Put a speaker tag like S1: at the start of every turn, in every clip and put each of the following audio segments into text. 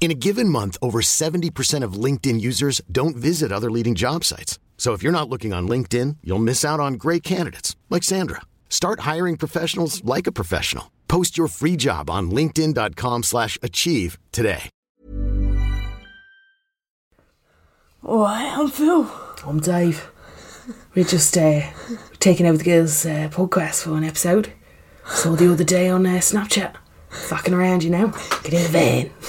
S1: In a given month, over 70% of LinkedIn users don't visit other leading job sites. So if you're not looking on LinkedIn, you'll miss out on great candidates like Sandra. Start hiring professionals like a professional. Post your free job on linkedin.com/achieve slash achieve today.
S2: Alright, I'm Phil.
S3: I'm Dave. We're just uh, taking over the girls' uh, podcast for an episode. Saw the other day on uh, Snapchat. Fucking around, you know. Get in the van.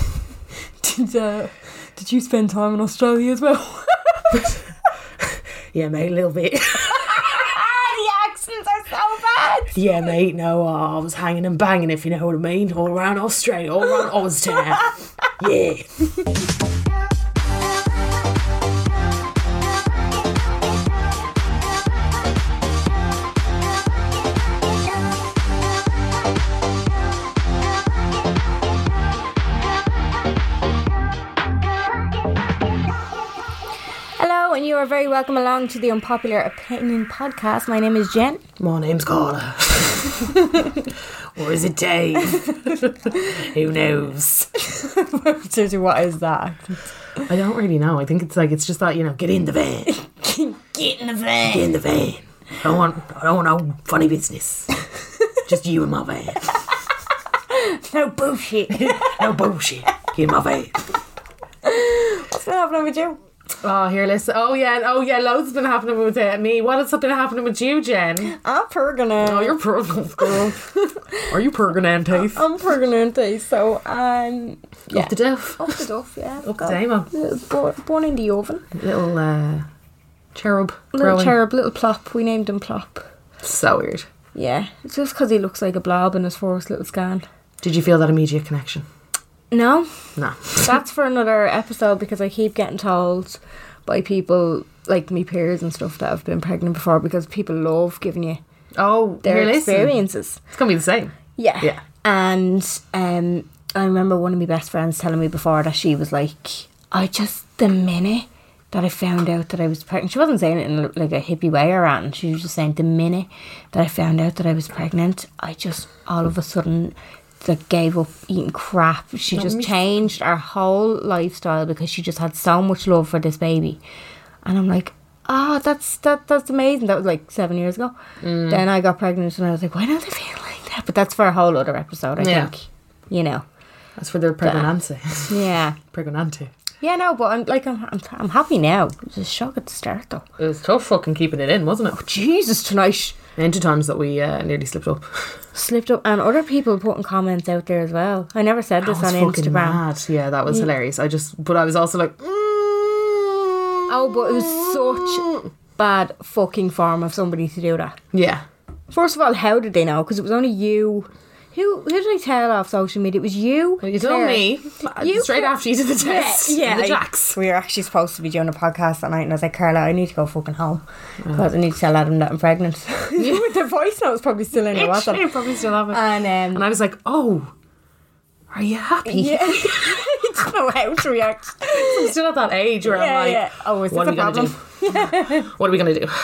S2: Did, uh, did you spend time in Australia as well?
S3: Yeah, mate, a little bit.
S2: the accents are so bad!
S3: yeah, mate, no, I I was hanging and banging, if you know what I mean. All around Australia, all around Oztown. Yeah.
S2: Hello, and you are very welcome along to the Unpopular Opinion podcast. My name is Jen.
S3: My name's Carla. or is it Dave? Who knows?
S2: So, so what is that?
S3: I don't really know. I think it's like it's just that you know, get in the van,
S2: Get in the van!
S3: get in the van. I don't want, I don't want no funny business. just you and my van.
S2: No bullshit. What's
S3: No bullshit. Get in my van.
S2: been happening with you?
S3: Oh, here, listen. Oh yeah, oh yeah. Loads has been happening with uh, me. What has been happening with you, Jen?
S2: I'm pregnant.
S3: Oh, you're pregnant, girl. Are you pregnant, Dave?
S2: I'm pregnant, eh, so I'm yeah.
S3: Up to death.
S2: Up the duff, yeah.
S3: Up to Damo.
S2: Born, born in the oven.
S3: Little uh, cherub.
S2: Little
S3: growing.
S2: cherub, little plop. We named him Plop.
S3: So weird.
S2: Yeah, it's just because he looks like a blob in his first little scan.
S3: Did you feel that immediate connection?
S2: No,
S3: No.
S2: that's for another episode because I keep getting told by people like me peers and stuff that have been pregnant before because people love giving you
S3: Oh,
S2: their
S3: here, listen.
S2: experiences.
S3: It's gonna be the same.
S2: Yeah.
S3: Yeah.
S2: And um, I remember one of my best friends telling me before that she was like, I just, the minute that I found out that I was pregnant, she wasn't saying it in like a hippie way or anything. She was just saying, the minute that I found out that I was pregnant, I just all of a sudden like gave up eating crap. She just changed her whole lifestyle because she just had so much love for this baby. And I'm like, oh, that's that that's amazing. That was like seven years ago. Then I got pregnant, and I was like, why don't I feel like that? But that's for a whole other episode, I
S3: Yeah.
S2: think. You know,
S3: That's for their pregnancy.
S2: yeah,
S3: pregnancy.
S2: yeah. No, but I'm like, I'm, I'm, I'm happy now. It was a shock at the start, though.
S3: It was tough fucking keeping it in, wasn't it?
S2: Jesus, tonight
S3: Into times that we uh, nearly slipped up.
S2: slipped up, and other people putting comments out there as well. I never said this on Instagram.
S3: Yeah, that was hilarious. I just, but I was also like, mm.
S2: Oh,
S3: oh,
S2: but it was such bad fucking form of somebody to do that.
S3: yeah,
S2: First of all, how did they know? Because it was only you. Who who did I tell off social media? It was you.
S3: you told
S2: Claire.
S3: me
S2: You
S3: straight
S2: put-
S3: after you did the test.
S2: Yeah,
S3: the
S2: I-
S3: jacks.
S2: we were actually supposed to be doing a podcast that night, and I was like, Carla, I need to go fucking home because I need to tell Adam that I'm pregnant. With the voice note was probably still in your
S3: Actually, I
S2: WhatsApp.
S3: probably still have it.
S2: And um,
S3: and I was like, oh, are you happy?
S2: yeah, I don't know how to react.
S3: I'm still at that age where
S2: Yeah,
S3: I'm like,
S2: yeah. Oh, is
S3: what
S2: this
S3: are
S2: a
S3: we gonna do? what are we gonna do?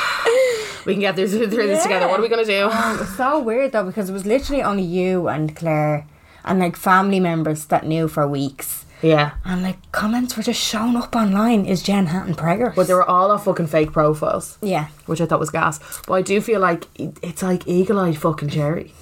S3: we can get through, through this together. What are we gonna do?
S2: It was so weird though because it was literally only you and Claire and like family members that knew for weeks.
S3: yeah.
S2: And like comments were just showing up online. Is Jen Hatton preggers?
S3: But they were all our fucking fake profiles.
S2: yeah.
S3: which I thought was gas. But I do feel like it- it's like eagle eyed fucking cherry.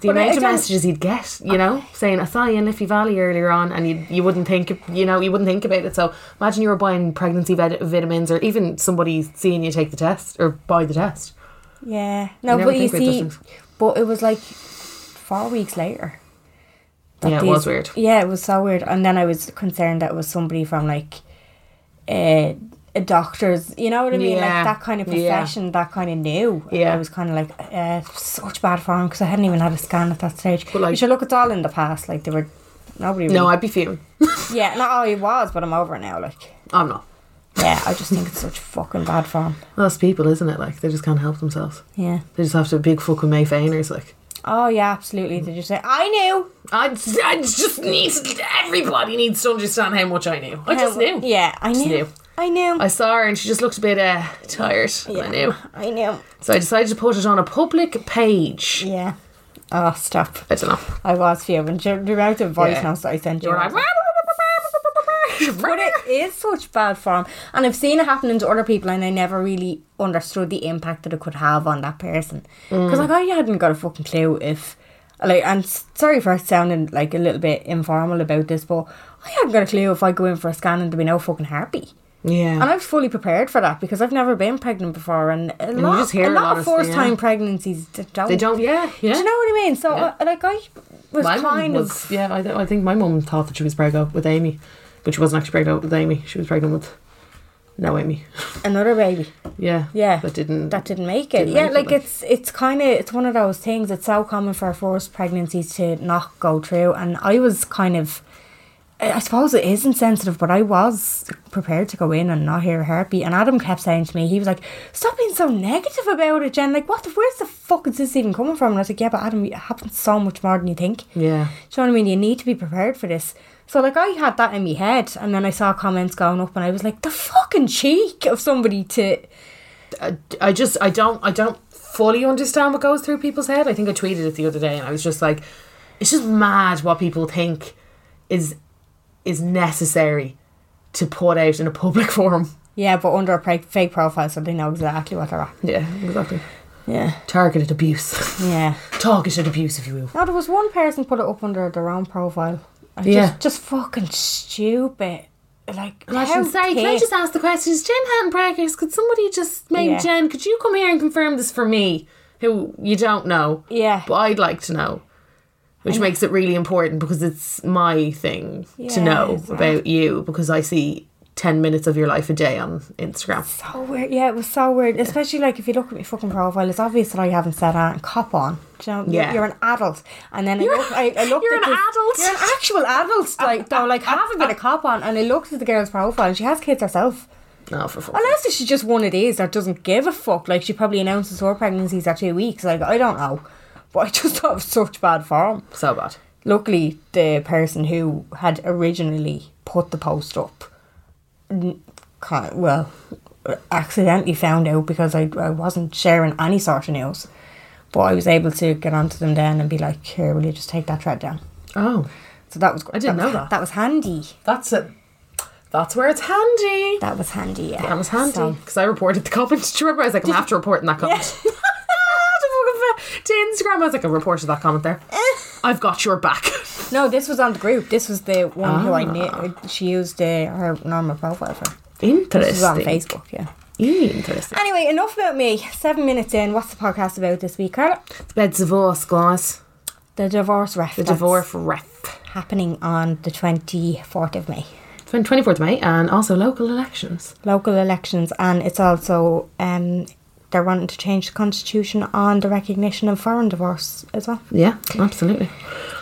S3: The
S2: But I- I
S3: amount of
S2: don't-
S3: messages he'd get, you know, saying I saw you in Liffey Valley earlier on, and you you wouldn't think, it- you know, you wouldn't think about it. So imagine you were buying pregnancy vid- vitamins, or even somebody seeing you take the test or buy the test.
S2: Yeah. No,
S3: never
S2: but you
S3: think about those
S2: see,
S3: things.
S2: but it was like four weeks later. that
S3: Yeah, it
S2: these-
S3: was weird.
S2: Yeah, it was so weird. And then I was concerned that it was somebody from like uh, a doctor's, you know what I mean? Like
S3: Yeah.
S2: that kind of
S3: Yeah.
S2: profession, that kind of new.
S3: Yeah.
S2: I was kind of like, eh, uh, such bad form because I hadn't even had a scan at that stage. But
S3: like-
S2: like, you should look, it's all in the past. Like they were Nobody.
S3: No,
S2: really-
S3: I'd be fuming.
S2: yeah, no, I was, but I'm over it now. Like,
S3: I'm not.
S2: yeah, I just think it's such fucking bad form.
S3: Well, that's people, isn't it? Like they just can't help themselves.
S2: Yeah.
S3: They just have to big fucking May Fainers. Like
S2: Oh yeah, absolutely. Did you say I knew?
S3: I, I just need everybody needs to understand how much I knew. I just knew.
S2: Yeah, I
S3: Just
S2: knew.
S3: knew.
S2: I knew.
S3: I saw her and she just looked a bit uh, tired. I knew.
S2: I knew.
S3: So I decided to put it on a public page.
S2: Yeah. Oh, stop.
S3: I don't know.
S2: I was fuming. Do you do you remember the voice
S3: Yeah.
S2: notes that I sent you?
S3: You were like,
S2: but it is such bad form. And I've seen it happening to other people, and I never really understood the impact that it could have on that person.
S3: Mm.
S2: Because, like, I hadn't got a fucking clue if. Like, and s- sorry for sounding like a little bit informal about this, but I hadn't got a clue if I go in for a scan and there'd be no fucking heartbeat.
S3: yeah.
S2: And I was fully prepared for that because I've never been pregnant before, and a lot,
S3: just hear
S2: a
S3: a
S2: lot,
S3: lot
S2: of
S3: of stuff,
S2: first time
S3: yeah.
S2: pregnancies d- don't.
S3: they don't. Yeah. Yeah.
S2: Do you know what I mean? So, I, like, I was
S3: my mum
S2: kind
S3: was.
S2: of.
S3: Yeah. I, th- I think my mum thought that she was pregnant with Amy, but she wasn't actually pregnant with Amy. She was pregnant with no Amy.
S2: another baby
S3: Yeah.
S2: yeah
S3: That didn't.
S2: that didn't make it
S3: didn't
S2: yeah
S3: make it,
S2: like
S3: like-
S2: it's it's kind of it's one of those things it's so common for forced pregnancies to not go through and i was kind of i I suppose it is insensitive but i was prepared to go in and not hear a heartbeat and adam kept saying to me he was like stop being so negative about it jen like what the where's the fuck is this even coming from and i was like yeah but adam it happens so much more than you think
S3: Yeah.
S2: do you know what I mean? You need to be prepared for this. So like I had that in my head, and then I saw comments going up, and I was like, the fucking cheek of somebody to
S3: I, I just I don't I don't fully understand what goes through people's head. I think I tweeted it the other day and I was just like it's just mad what people think is is necessary to put out in a public forum.
S2: yeah, but under a pre- fake profile, so they know exactly what they're at.
S3: Yeah, exactly.
S2: Yeah,
S3: Targeted abuse.
S2: yeah.
S3: Targeted abuse if you will.
S2: Now there was one person put it up under their own profile. And
S3: Yeah.
S2: just, just fucking stupid. Like how
S3: Imagine, sorry, can I
S2: thick?
S3: just ask the question? Is Jen Hatton preggers? Could somebody just maybe
S2: Yeah.
S3: Jen, could you come here and confirm this for me? Who you don't know.
S2: Yeah.
S3: But I'd like to know. Which makes it really important because it's my thing
S2: Yeah,
S3: to know
S2: exactly.
S3: about you because I see ten minutes of your life a day on Instagram.
S2: so weird. Yeah, it was so weird. Especially like if you look at my fucking profile, it's obvious that I haven't said that. Cop on. Do you know,
S3: Yeah.
S2: you're an adult. And then I, look, I, I looked
S3: you're
S2: at
S3: an
S2: this-
S3: adult.
S2: You're an actual adult. Like though, like have a bit of cop on. And I looked at the girl's profile. and She has kids herself.
S3: No, Oh, for fuck's sake.
S2: Unless she's just one of these that doesn't give a fuck. Like she probably announces her pregnancies at two weeks. Like I don't know. But I just thought it was such bad form.
S3: So bad.
S2: Luckily, the person who had originally put the post up, n- kind of, well, accidentally found out because I, I wasn't sharing any sort of news. But I was able to get onto them then and be like, here, will you just take that thread down?
S3: Oh.
S2: So that was good.
S3: I didn't
S2: was-
S3: know that.
S2: That was handy.
S3: That's it. That's where it's handy.
S2: That was handy, yeah.
S3: That was handy
S2: So-
S3: because I reported the comment. Do you remember? I was like, I'm after reporting that comment. to fucking fa- to Instagram, I was like, I reported that comment there. I've got your back.
S2: No, this was on the group. This was the one who I knew. She used uh, her normal profile for.
S3: Interesting.
S2: This was on Facebook, yeah.
S3: Interesting.
S2: Anyway, enough about me. Seven minutes in. What's the podcast about this week, Carla?
S3: It's about divorce, guys.
S2: The divorce ref.
S3: The
S2: that's
S3: divorce ref.
S2: happening on the twenty fourth of May.
S3: It's been 24th May and also local elections.
S2: Local elections, and it's also um they're wanting to change the constitution on the recognition of foreign divorce as well.
S3: Yeah, absolutely.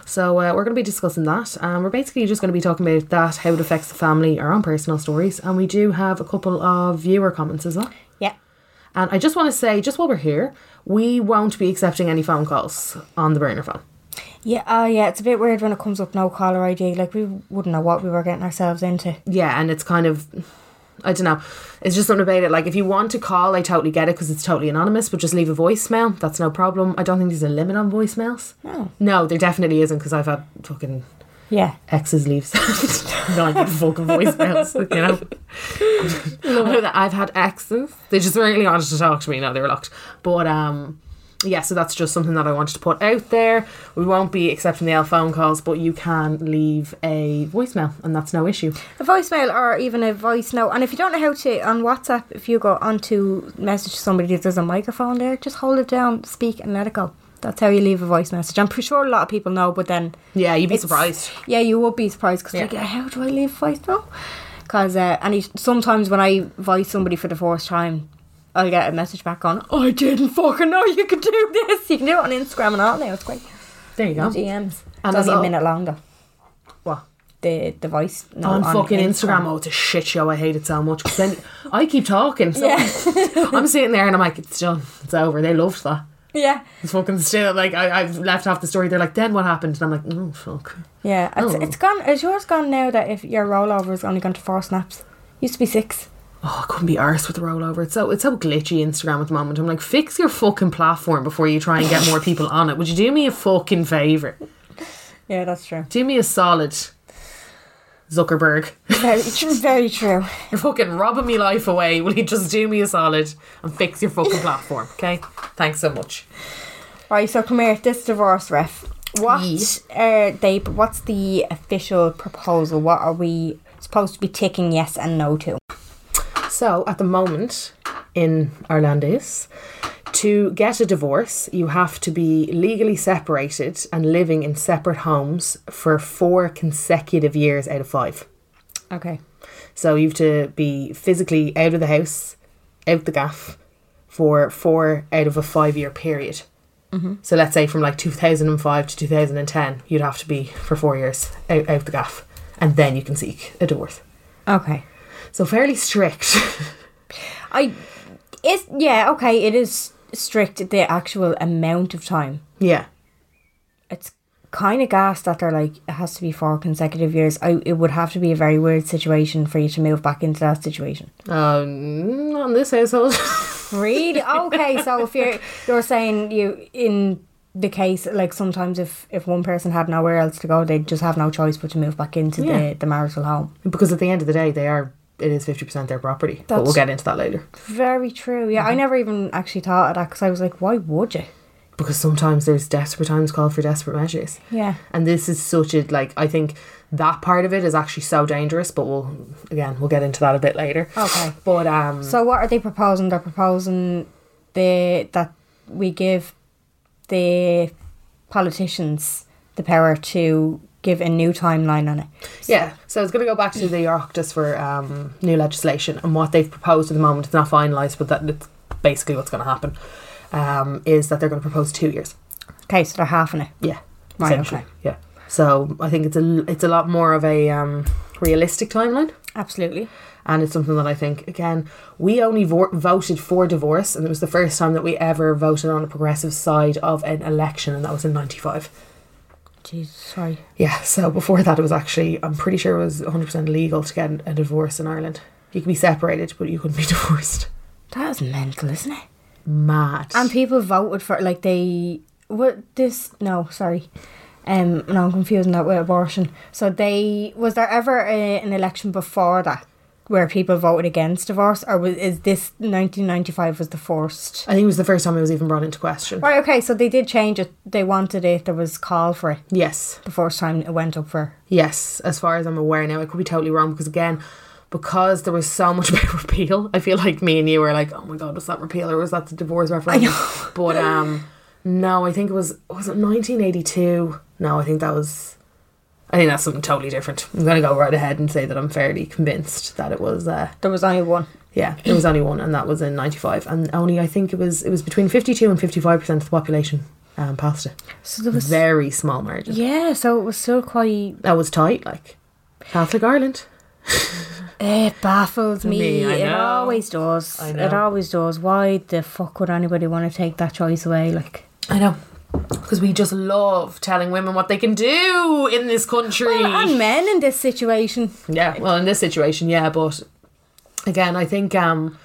S3: So uh, we're going to be discussing that. Um, we're basically just going to be talking about that, how it affects the family, our own personal stories, and we do have a couple of viewer comments as well.
S2: Yeah.
S3: And I just want to say, just while we're here, we won't be accepting any phone calls on the burner phone.
S2: Yeah. Oh, yeah. It's a bit weird when it comes up no caller ID. Like we wouldn't know what we were getting ourselves into.
S3: yeah, and it's kind of, I don't know, it's just something about it. Like, if you want to call, I totally get it because it's totally anonymous, but just leave a voicemail. That's no problem. I don't think there's a limit on voicemails. No. No, there definitely isn't because I've had fucking
S2: Yeah.
S3: exes leave nine fucking voicemails, you know. I know that I've had exes. They just really wanted to talk to me. No, they were locked. But um, yeah. So that's just something that I wanted to put out there. We won't be accepting the L phone calls, but you can leave a voicemail, and that's no issue.
S2: a voicemail or even a voice note. And if you don't know how to on WhatsApp, if you go on to message somebody, if there's a microphone there, just hold it down, speak, and let it go. That's how you leave a voice message. I'm pretty sure a lot of people know, but then
S3: Yeah, you'd be
S2: it's-
S3: surprised.
S2: Yeah, you would be surprised because like, how do I leave a voice note? Because uh, and he, sometimes when I voice somebody for the first time. I'll get a message back on. I didn't fucking know you could do this. You can do it on Instagram and all now. It's great.
S3: There you go.
S2: DMs. it's
S3: And as
S2: only a
S3: al-
S2: minute long though. the device. No,
S3: on, fucking Instagram. Oh, it's a shit show. I hate it so much. 'Cause then I keep talking. So I'm sitting there and I'm like, it's done. It's over. They loved that.
S2: Yeah,
S3: It's fucking still like I, I've left off the story. They're like, then what happened? And I'm like, oh fuck.
S2: yeah. It's,
S3: Oh.
S2: it's gone. Is yours gone now? That if your rollover is only gone to four snaps, used to be six.
S3: Oh, I couldn't be arsed with the rollover. It's so it's so glitchy Instagram at the moment. I'm like, fix your fucking platform before you try and get more people on it. Would you do me a fucking favor?
S2: Yeah, that's true.
S3: Do me a solid, Zuckerberg.
S2: Very, true, very true.
S3: You're fucking robbing me life away. Will you just do me a solid and fix your fucking platform? Okay, thanks so much.
S2: Right, so come here. This divorce ref. What uh, they? What's the official proposal? What are we supposed to be ticking yes and no to?
S3: So, at the moment in Irlandis, to get a divorce, you have to be legally separated and living in separate homes for four consecutive years out of five.
S2: Okay.
S3: So, you have to be physically out of the house, out the gaff, for four out of a five year period. So, let's say from like 2005 to 2010, you'd have to be for four years out, out the gaff, and then you can seek a divorce.
S2: Okay.
S3: So, fairly strict.
S2: I is yeah okay. It is strict the actual amount of time.
S3: yeah.
S2: It's kind of gas that they're like it has to be four consecutive years. I it would have to be a very weird situation for you to move back into that situation.
S3: Um, not in this household.
S2: Really? Okay. So if you're you're saying you in the case like sometimes if if one person had nowhere else to go, they'd just have no choice but to move back into
S3: Yeah.
S2: the the marital home.
S3: because at the end of the day, they are it is fifty percent their property. but we'll
S2: That's-
S3: get into that later.
S2: Very true. Yeah, I never even actually thought of that because I was like, why would you?
S3: Because sometimes there's desperate times call for desperate measures.
S2: Yeah.
S3: And this is such a like I think that part of it is actually so dangerous, but we'll again we'll get into that a bit later.
S2: Okay.
S3: But um
S2: So what are they proposing? They're proposing the that we give the politicians the power to give a new timeline on it.
S3: Yeah, so it's going to go back to the Oireachtas for um, new legislation and what they've proposed at the moment. It's not finalised, but that it's basically what's going to happen um, is that they're going to propose two years.
S2: Okay, so they're half in it.
S3: Yeah.
S2: Right,
S3: essentially.
S2: okay.
S3: Yeah. So I think it's a it's a lot more of a um, realistic timeline,
S2: Absolutely.
S3: and it's something that I think again we only vo- voted for divorce, and it was the first time that we ever voted on a progressive side of an election, and that was in '95.
S2: Jesus, sorry.
S3: Yeah. So before that, it was actually I'm pretty sure it was 100 percent legal to get a divorce in Ireland. You could be separated, but you couldn't be divorced.
S2: That is mental, isn't it?
S3: Mad.
S2: And people voted for like they what this no sorry, um no I'm confusing that with abortion. So they was there ever a, an election before that where people voted against divorce or was is this 1995 was the first?
S3: I think it was the first time it was even brought into question.
S2: Right, okay, so they did change it. They wanted it. There was call for it
S3: Yes.
S2: the first time it went up for.
S3: Yes, as far as I'm aware now, I could be totally wrong because again, because there was so much about repeal, I feel like me and you were like, "Oh my god, was that repeal or was that the divorce referendum?" But um, no, I think it was was it 1982? No, I think that was. I think that's something totally different. I'm gonna go right ahead and say that I'm fairly convinced that it was. Uh,
S2: There was only one.
S3: yeah, there was only one, and that was in '95, and only I think it was it was between 52 and 55 percent of the population um, passed it.
S2: So there was
S3: Very small margin.
S2: yeah, so it was still quite.
S3: That was tight, like Catholic Ireland.
S2: eh, It baffles me.
S3: Me, I
S2: it
S3: know.
S2: always does.
S3: I
S2: It
S3: know.
S2: always does. Why the fuck would anybody want to take that choice away? Like,
S3: I know. Because we just love telling women what they can do in this country.
S2: and men in this situation.
S3: yeah, well, in this situation, yeah, but again, I think um,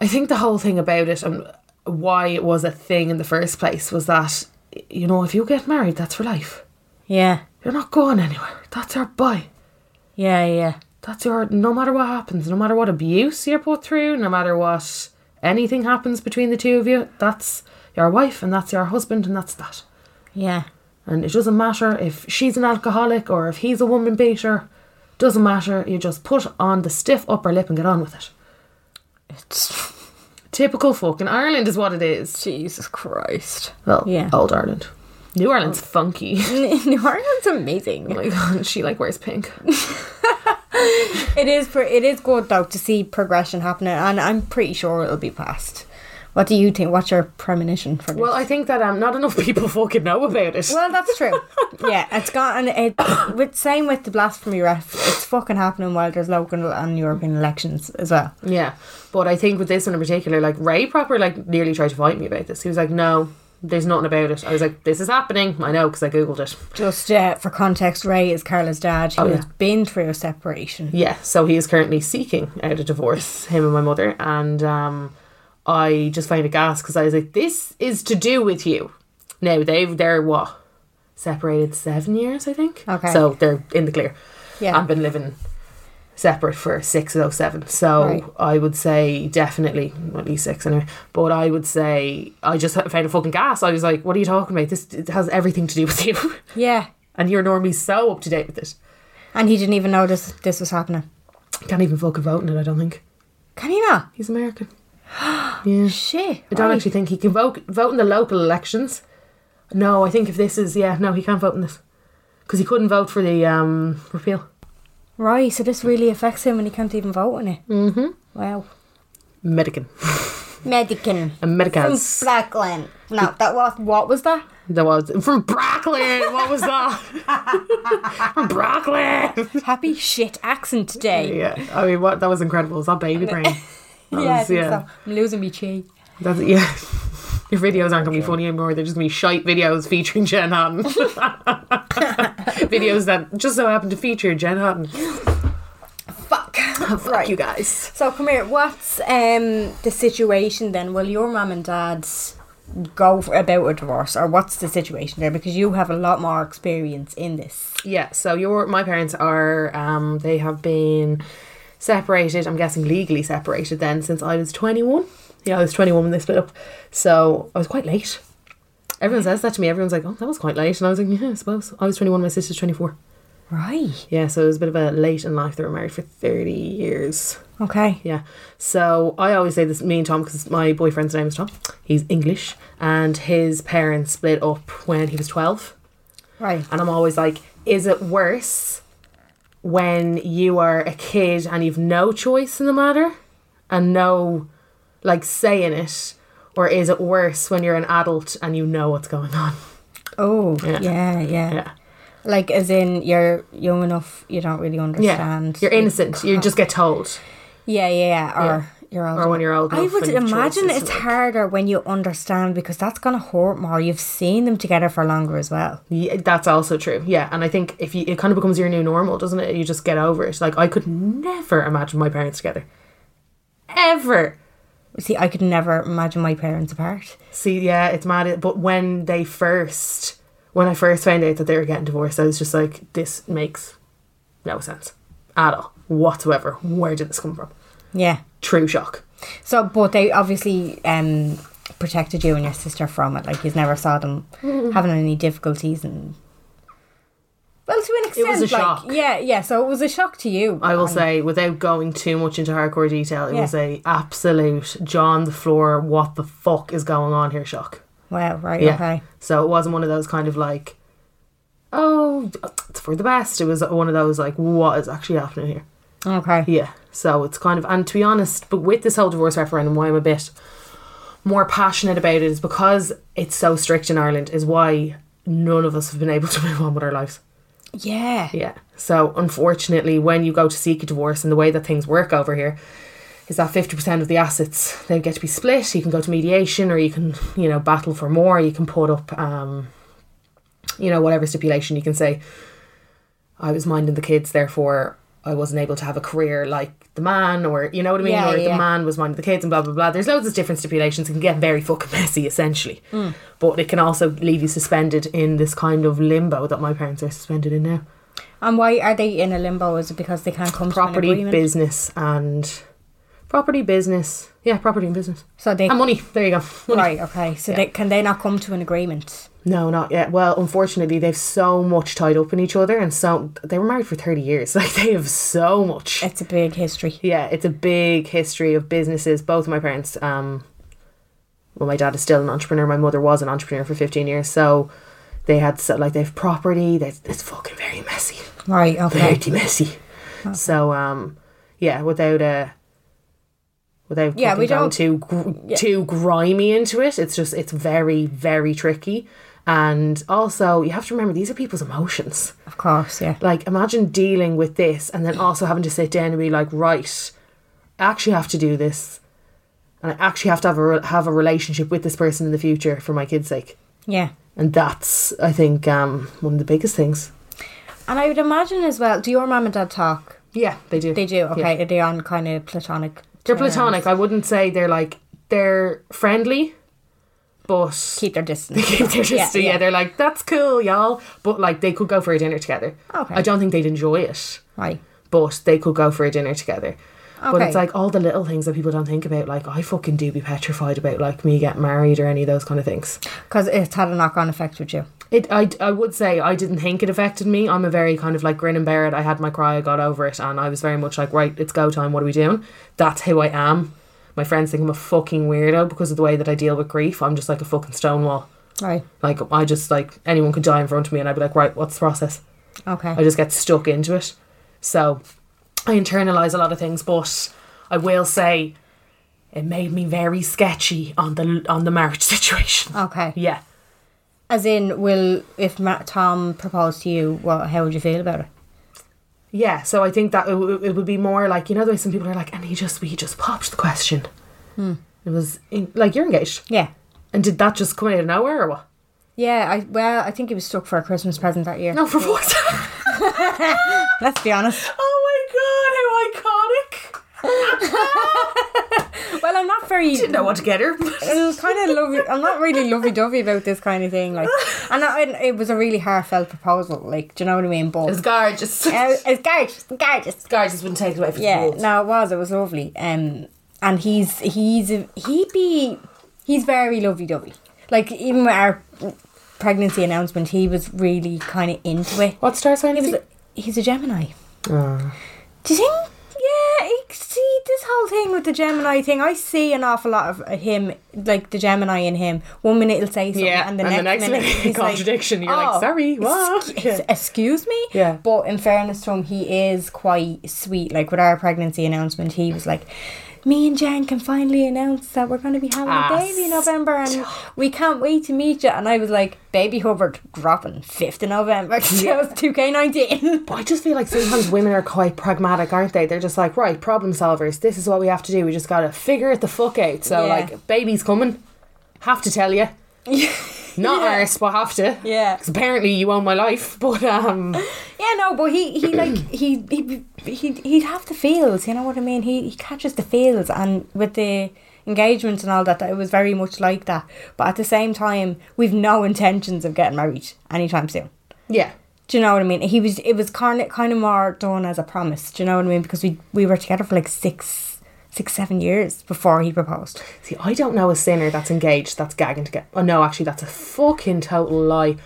S3: I think the whole thing about it and why it was a thing in the first place was that you know if you get married, that's for life.
S2: Yeah,
S3: You're not going anywhere. That's our bye.
S2: yeah, yeah.
S3: That's your no matter what happens, no matter what abuse you're put through, no matter what anything happens between the two of you, that's your wife and that's your husband and that's that.
S2: Yeah.
S3: And it doesn't matter if she's an alcoholic or if he's a woman beater. Doesn't matter. You just put on the stiff upper lip and get on with it.
S2: It's
S3: Typical fucking Ireland is what it is.
S2: Jesus Christ.
S3: Well,
S2: Yeah.
S3: old Ireland. New Ireland's funky.
S2: New Ireland's amazing.
S3: like she like wears pink.
S2: It is. Pre- it is good though to see progression happening, and I'm pretty sure it'll be passed. What do you think? What's your premonition for this?
S3: Well, I think that um, not enough people fucking know about it.
S2: Well, that's true. yeah, it's gone. And it with same with the blasphemy ref. It's fucking happening while there's local and European elections as well.
S3: Yeah, but I think with this one in particular, like Ray proper like nearly tried to fight me about this. He was like, "No, there's nothing about it." I was like, "This is happening." I know because I googled it.
S2: Just uh, for context, Ray is Carla's dad who
S3: Oh, yeah.
S2: has been through a separation.
S3: Yeah, so he is currently seeking out a divorce, him and my mother, and um, I just find a gas because I was like, "This is to do with you." Now they've they're what separated seven years, I think.
S2: Okay.
S3: so they're in the clear.
S2: Yeah.
S3: and been living separate for six of those seven. So
S2: Right.
S3: I would say definitely well, at least six anyway. But I would say I just found a fucking gas. I was like, "What are you talking about? This it has everything to do with you."
S2: Yeah,
S3: and you're normally so up to date with it.
S2: and he didn't even notice this was happening.
S3: Can't even fucking vote in it. I don't think
S2: Can he not?
S3: he's American. yeah,
S2: Shit.
S3: I don't
S2: right.
S3: actually think he can vote vote in the local elections. No, I think if this is yeah, no, he can't vote in this because he couldn't vote for the um repeal.
S2: Right, so this really affects him, and he can't even vote in it. Mm-hmm. Wow.
S3: Medican,
S2: Medican.
S3: Americans.
S2: Blackland. No, that was what was that?
S3: That was from Bracklin. What was that? from Bracklin.
S2: Happy shit accent today.
S3: Yeah, I mean, what that was incredible. It's that baby brain. That
S2: Yeah, I
S3: was-
S2: think so.
S3: yeah.
S2: I'm losing me chi.
S3: That's, yeah. Your videos aren't gonna be funny anymore. They're just gonna be shite videos featuring Jen Hatton. videos that just so happen to feature Jen Hatton.
S2: Fuck.
S3: Fuck you guys.
S2: So come here. What's um the situation then? Will your mum and dad go for, about a divorce, or what's the situation there? Because you have a lot more experience in this.
S3: Yeah, so your my parents are um they have been separated, I'm guessing legally separated then since I was 21. Yeah, I was 21 when they split up. So, I was quite late. Everyone says that to me. Everyone's like, "Oh, that was quite late." And I was like, "Yeah, I suppose." I was 21, my sister's 24.
S2: Right.
S3: Yeah, so it was a bit of a late in life. They were married for 30 years.
S2: Okay.
S3: Yeah. So I always say this, me and Tom, because my boyfriend's name is Tom. He's English, and his parents split up when he was 12.
S2: Right.
S3: And I'm always like, is it worse when you are a kid and you've no choice in the matter and no like say in it? Or is it worse when you're an adult and you know what's going on?
S2: Oh.
S3: Yeah.
S2: Yeah. Yeah.
S3: Yeah.
S2: Like as in you're young enough, you don't really
S3: Yeah.
S2: understand.
S3: You're innocent. You just get told.
S2: Yeah, yeah, yeah. Or you're old.
S3: Or when you're old
S2: I
S3: enough
S2: would
S3: and you've
S2: imagine
S3: choices to
S2: it's
S3: make.
S2: harder when you understand because that's gonna hurt more. You've seen them together for longer as well.
S3: Yeah, that's also true. Yeah, and I think if you, it kind of becomes your new normal, doesn't it? You just get over it. Like I could never imagine my parents together, ever.
S2: See, I could never imagine my parents apart.
S3: See, yeah, it's mad. But when they first, when I first found out that they were getting divorced, I was just like, this makes no sense at all whatsoever. Where did this come from?
S2: Yeah.
S3: True shock.
S2: So, but they obviously um, protected you and your sister from it. Like, you never saw them having any difficulties, and well, to an extent,
S3: was a
S2: like,
S3: shock.
S2: yeah, yeah. So it was a shock to you.
S3: I will say, without going too much into hardcore detail, it
S2: Yeah.
S3: was a absolute John the floor. What the fuck is going on here? Shock.
S2: Wow. Right.
S3: Yeah.
S2: Okay.
S3: So it wasn't one of those kind of like, oh, it's for the best. It was one of those like, what is actually happening here?
S2: Okay.
S3: Yeah. So it's kind of, and to be honest, but with this whole divorce referendum, why I'm a bit more passionate about it is because it's so strict in Ireland, is why none of us have been able to move on with our lives.
S2: Yeah.
S3: Yeah. So unfortunately, when you go to seek a divorce and the way that things work over here is that 50% of the assets they get to be split. You can go to mediation or you can, you know, battle for more. You can put up, um, you know, whatever stipulation you can say. I was minding the kids, therefore I wasn't able to have a career like the man, or you know what I mean,
S2: Yeah,
S3: or
S2: yeah,
S3: the
S2: yeah.
S3: man was minding the kids, and blah blah blah. There's loads of different stipulations. It can get very fucking messy, essentially.
S2: Hmm.
S3: But it can also leave you suspended in this kind of limbo that my parents are suspended in now
S2: And why are they in a limbo? Is it because they can't come to an
S3: property,
S2: agreement?
S3: business, and property, business. Yeah, property and business.
S2: So they
S3: And money. There you go. Money.
S2: right. Okay. So they can they not come to an agreement?
S3: No, not yet. Well, unfortunately, they've so much tied up in each other, and so they were married for thirty years. Like they have so much.
S2: It's a big history.
S3: Yeah, it's a big history of businesses. Both of my parents, um, well, my dad is still an entrepreneur. My mother was an entrepreneur for fifteen years, so they had so like they've property. They, it's fucking very messy.
S2: Right. Okay.
S3: Dirty messy. So um, yeah, without a without
S2: Yeah,
S3: yeah,
S2: we
S3: going
S2: don't-
S3: too gr- too grimy into it. It's just it's very very tricky, and also you have to remember these are people's emotions.
S2: Of course, yeah.
S3: Like imagine dealing with this and then also having to sit down and be like, right, I actually have to do this, and I actually have to have a re- have a relationship with this person in the future for my kids' sake.
S2: Yeah.
S3: And that's I think um, one of the biggest things.
S2: And I would imagine as well, do your mum and dad talk?
S3: Yeah, they do.
S2: They do, okay. Are they on kind of platonic?
S3: They're
S2: terms?
S3: platonic. I wouldn't say they're like they're friendly, but
S2: Keep their distance.
S3: they're just yeah,
S2: yeah.
S3: they're like that's cool, y'all. But like they could go for a dinner together.
S2: Okay.
S3: I don't think they'd enjoy it,
S2: Right.
S3: but they could go for a dinner together. But
S2: Okay.
S3: it's like all the little things that people don't think about. Like I fucking do be petrified about like me getting married or any of those kind of things.
S2: Because it's had a knock on effect with you.
S3: It, I, I would say I didn't think it affected me. I'm a very kind of like grin and bear it. I had my cry, I got over it, and I was very much like, right, it's go time. What are we doing? That's who I am. My friends think I'm a fucking weirdo because of the way that I deal with grief. I'm just like a fucking stonewall.
S2: Right.
S3: Like I just like anyone could die in front of me, and I'd be like, right, what's the process?
S2: Okay.
S3: I just get stuck into it. So I internalize a lot of things, but I will say it made me very sketchy on the on the marriage situation.
S2: okay.
S3: Yeah.
S2: As in, will if Matt Tom proposed to you, what? How would you feel about it?
S3: Yeah, so I think that it, w- it would be more like you know the way some people are like, and he just we just popped the question. It was in, like you're engaged,
S2: Yeah.
S3: and did that just come out of nowhere or what?
S2: Yeah. I well, I think he was stuck for a Christmas present that year.
S3: No, for what?
S2: Let's be honest.
S3: oh my god, how iconic!
S2: Well, I'm not very.
S3: Didn't know what to get her.
S2: I'm kind of lovey. I'm not really lovey-dovey about this kind of thing. Like, and I, and it was a really heartfelt proposal. Like, do you know what I mean? But
S3: it's gorgeous.
S2: Uh, it's gorgeous, gorgeous.
S3: gorgeous wouldn't take it away from
S2: Yeah,
S3: the world.
S2: no, it was. It was lovely. Um, and he's he's he be he's very lovey dovey. Like even with our pregnancy announcement, he was really kind of into it.
S3: What star sign
S2: He
S3: is
S2: was.
S3: he?
S2: He's a Gemini. Do you think? Yeah, I see this whole thing with the Gemini thing. I see an awful lot of him, like the Gemini in him. One minute he'll say something,
S3: Yeah,
S2: and the
S3: and
S2: next,
S3: the next
S2: minute
S3: minute,
S2: he's like,
S3: contradiction, you're like, "Sorry, what?"
S2: excu-
S3: Yeah.
S2: Excuse me.
S3: Yeah.
S2: But in fairness to him, he is quite sweet. Like with our pregnancy announcement, he was like. Me and Jen can finally announce that we're going to be having a
S3: Ah,
S2: baby in November, and we can't wait to meet you. And I was like, "Baby Hubbard dropping fifth of November because I was two K nineteen.
S3: But I just feel like sometimes women are quite pragmatic, aren't they? They're just like, right, problem solvers. This is what we have to do. We just gotta figure it the fuck out. So
S2: Yeah.
S3: like, baby's coming. Have to tell you. Not arse, but have to.
S2: Yeah.
S3: Because apparently you own my life. But um,
S2: Yeah, no, but he he like he he he he'd have the feels. You know what I mean? He he catches the feels, and with the engagements and all that, that it was very much like that. But at the same time, we've no intentions of getting married anytime soon.
S3: yeah,
S2: Do you know what I mean? He was it was kind of kind of more done as a promise. Do you know what I mean? Because we we were together for like six six seven years before he proposed.
S3: See, I don't know a sinner that's engaged that's gagging to get. Oh no, actually, that's a fucking total lie.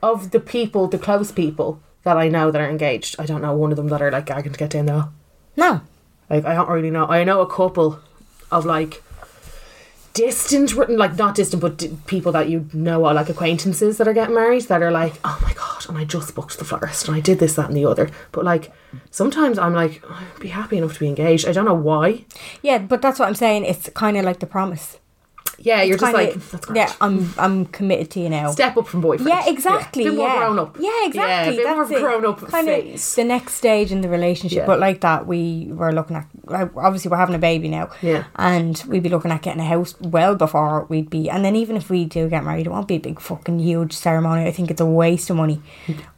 S3: Of the people, the close people that I know that are engaged, I don't know one of them that are like gagging to get down though.
S2: No,
S3: Like I don't really know. I know a couple of like distant, re- like not distant, but d- people that you know are like acquaintances that are getting married that are like, oh my god, and I just booked the florist and I did this, that, and the other. But like sometimes I'm like, I'd be happy enough to be engaged. I don't know why.
S2: yeah, but that's what I'm saying. It's kind of like the promise.
S3: Yeah, you're just
S2: Kinda-
S3: like that's great.
S2: yeah, I'm I'm committed to you now.
S3: Step up from boyfriend.
S2: Yeah, exactly. Yeah,
S3: Bit more grown up.
S2: Yeah, exactly.
S3: Yeah, bit
S2: That's
S3: more
S2: it.
S3: grown up
S2: Kind
S3: phase.
S2: of the next stage in the relationship.
S3: Yeah.
S2: But like that, we were looking at. like, Obviously, we're having a baby now.
S3: Yeah.
S2: And we'd be looking at getting a house well before we'd be. And then even if we do get married, it won't be a big fucking huge ceremony. I think it's a waste of money.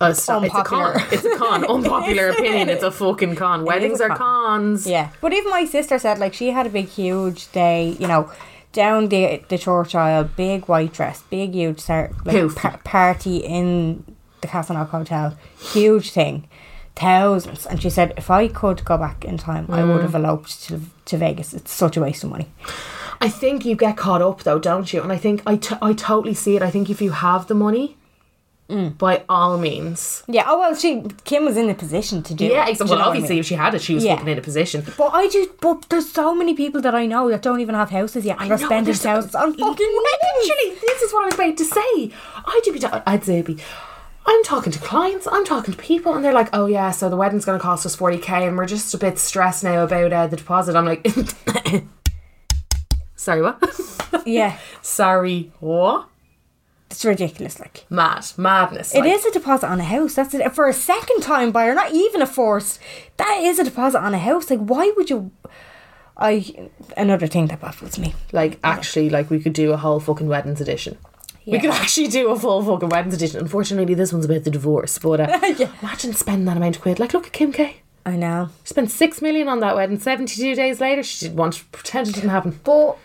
S3: Uh, so it's a con.
S2: Unpopular.
S3: It's a con. Unpopular opinion. It's a fucking con. Weddings are
S2: con.
S3: cons.
S2: Yeah. But even my sister said like she had a big huge day. You know. Down the the church aisle, big white dress, big huge cer- like,
S3: Poof.
S2: par- party in the Castleknock Hotel, huge thing, thousands. And she said, if I could go back in time, I
S3: Mm.
S2: would have eloped to to Vegas. It's such a waste of money.
S3: I think you get caught up though, don't you? And I think I, t- I totally see it. I think if you have the money,
S2: Mm.
S3: by all means.
S2: Yeah. Oh well, she Kim was in a position to do.
S3: Yeah,
S2: it, do
S3: exactly.
S2: you
S3: Well,
S2: know what I
S3: obviously,
S2: mean?
S3: if she had it, she was
S2: Yeah.
S3: fucking in a position.
S2: But I do. But there's so many people that I know that don't even have houses yet, and they're
S3: No,
S2: spending
S3: there's-
S2: thousands on fucking weddings.
S3: Literally, this is what I was about to say. I do be, t- I'd say be, I'm talking to clients, I'm talking to people, and they're like, oh yeah, so the wedding's going to cost us 40k, and we're just a bit stressed now about uh, the deposit. I'm like, Sorry, what?
S2: Yeah,
S3: Sorry, what?
S2: it's ridiculous. Like
S3: Mad. Madness.
S2: it is a deposit on a house. That's it for a second time buyer, not even a forced. That is a deposit on a house. Like why would you? I another thing that baffles me.
S3: Like, actually, like, we could do a whole fucking weddings edition. We could actually do a full fucking weddings edition. Unfortunately, this one's about the divorce, but uh, imagine spending that amount of quid. Like, look at Kim K.
S2: I know.
S3: Spent six million on that wedding. Seventy-two days later, she didn't want to pretend it didn't happen.
S2: But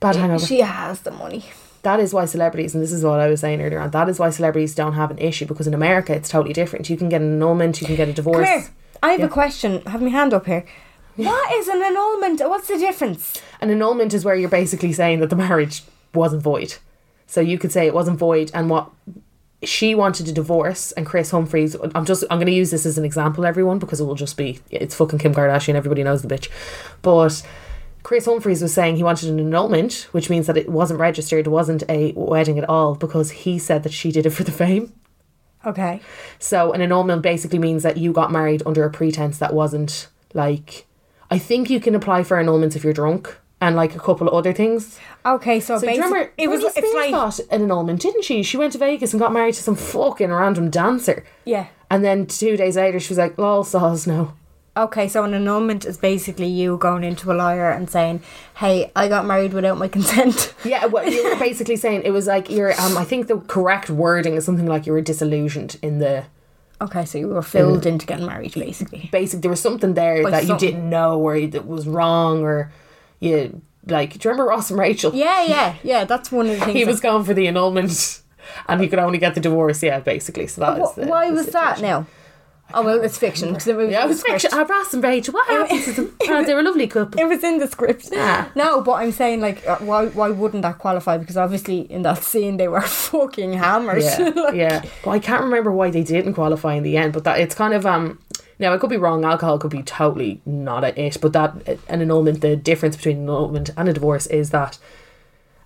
S3: Bad hangover.
S2: she has the money.
S3: that is why celebrities, and this is what I was saying earlier on, that is why celebrities don't have an issue because in America it's totally different. You can get an annulment, you can get a
S2: Come
S3: divorce.
S2: here. I have a question. I have my hand up here. What is an annulment? What's the difference?
S3: An annulment is where you're basically saying that the marriage wasn't void. So you could say it wasn't void, and what she wanted a divorce, and Chris Humphries. I'm just I'm going to use this as an example, everyone, because it will just be it's fucking Kim Kardashian. Everybody knows the bitch, but. Chris Humphries was saying he wanted an annulment, which means that it wasn't registered, it wasn't a wedding at all, because he said that she did it for the fame.
S2: Okay.
S3: So an annulment basically means that you got married under a pretense that wasn't like. I think you can apply for annulments if you're drunk and like a couple of other things.
S2: Okay, so,
S3: So do you
S2: basically,
S3: remember
S2: it was
S3: Britney
S2: it's
S3: Spears
S2: like
S3: got an annulment, didn't she? She went to Vegas and got married to some fucking random dancer.
S2: yeah.
S3: And then two days later, she was like, "Lol, saws no."
S2: Okay, so an annulment is basically you going into a lawyer and saying, "Hey, I got married without my consent."
S3: Yeah, what you were basically saying it was like you're. Um, I think the correct wording is something like you were disillusioned in the
S2: Okay, so you were filled into getting married, basically.
S3: basic. There was something there
S2: By
S3: that you
S2: something.
S3: didn't know or you- that was wrong or you like. Do you remember Ross and Rachel?
S2: Yeah, yeah, yeah. That's one of the things.
S3: he
S2: that-
S3: was going for the annulment and he could only get the divorce yeah basically so that is
S2: Wh-
S3: the,
S2: why
S3: the
S2: was that
S3: situation.
S2: now? Oh well, it's fiction because it was.
S3: yeah,
S2: in
S3: I
S2: the
S3: was fiction.
S2: script.
S3: I asked him, Rachel, what happened to them? Oh, they're a lovely couple.
S2: It was in the script.
S3: Ah.
S2: No, but I'm saying like, uh, why? Why wouldn't that qualify? Because obviously in that scene they were fucking hammered.
S3: Yeah,
S2: Like-
S3: yeah. Well, I can't remember why they didn't qualify in the end, but that it's kind of um. Now I could be wrong. Alcohol could be totally not at it, but that an annulment, the difference between an annulment and a divorce is that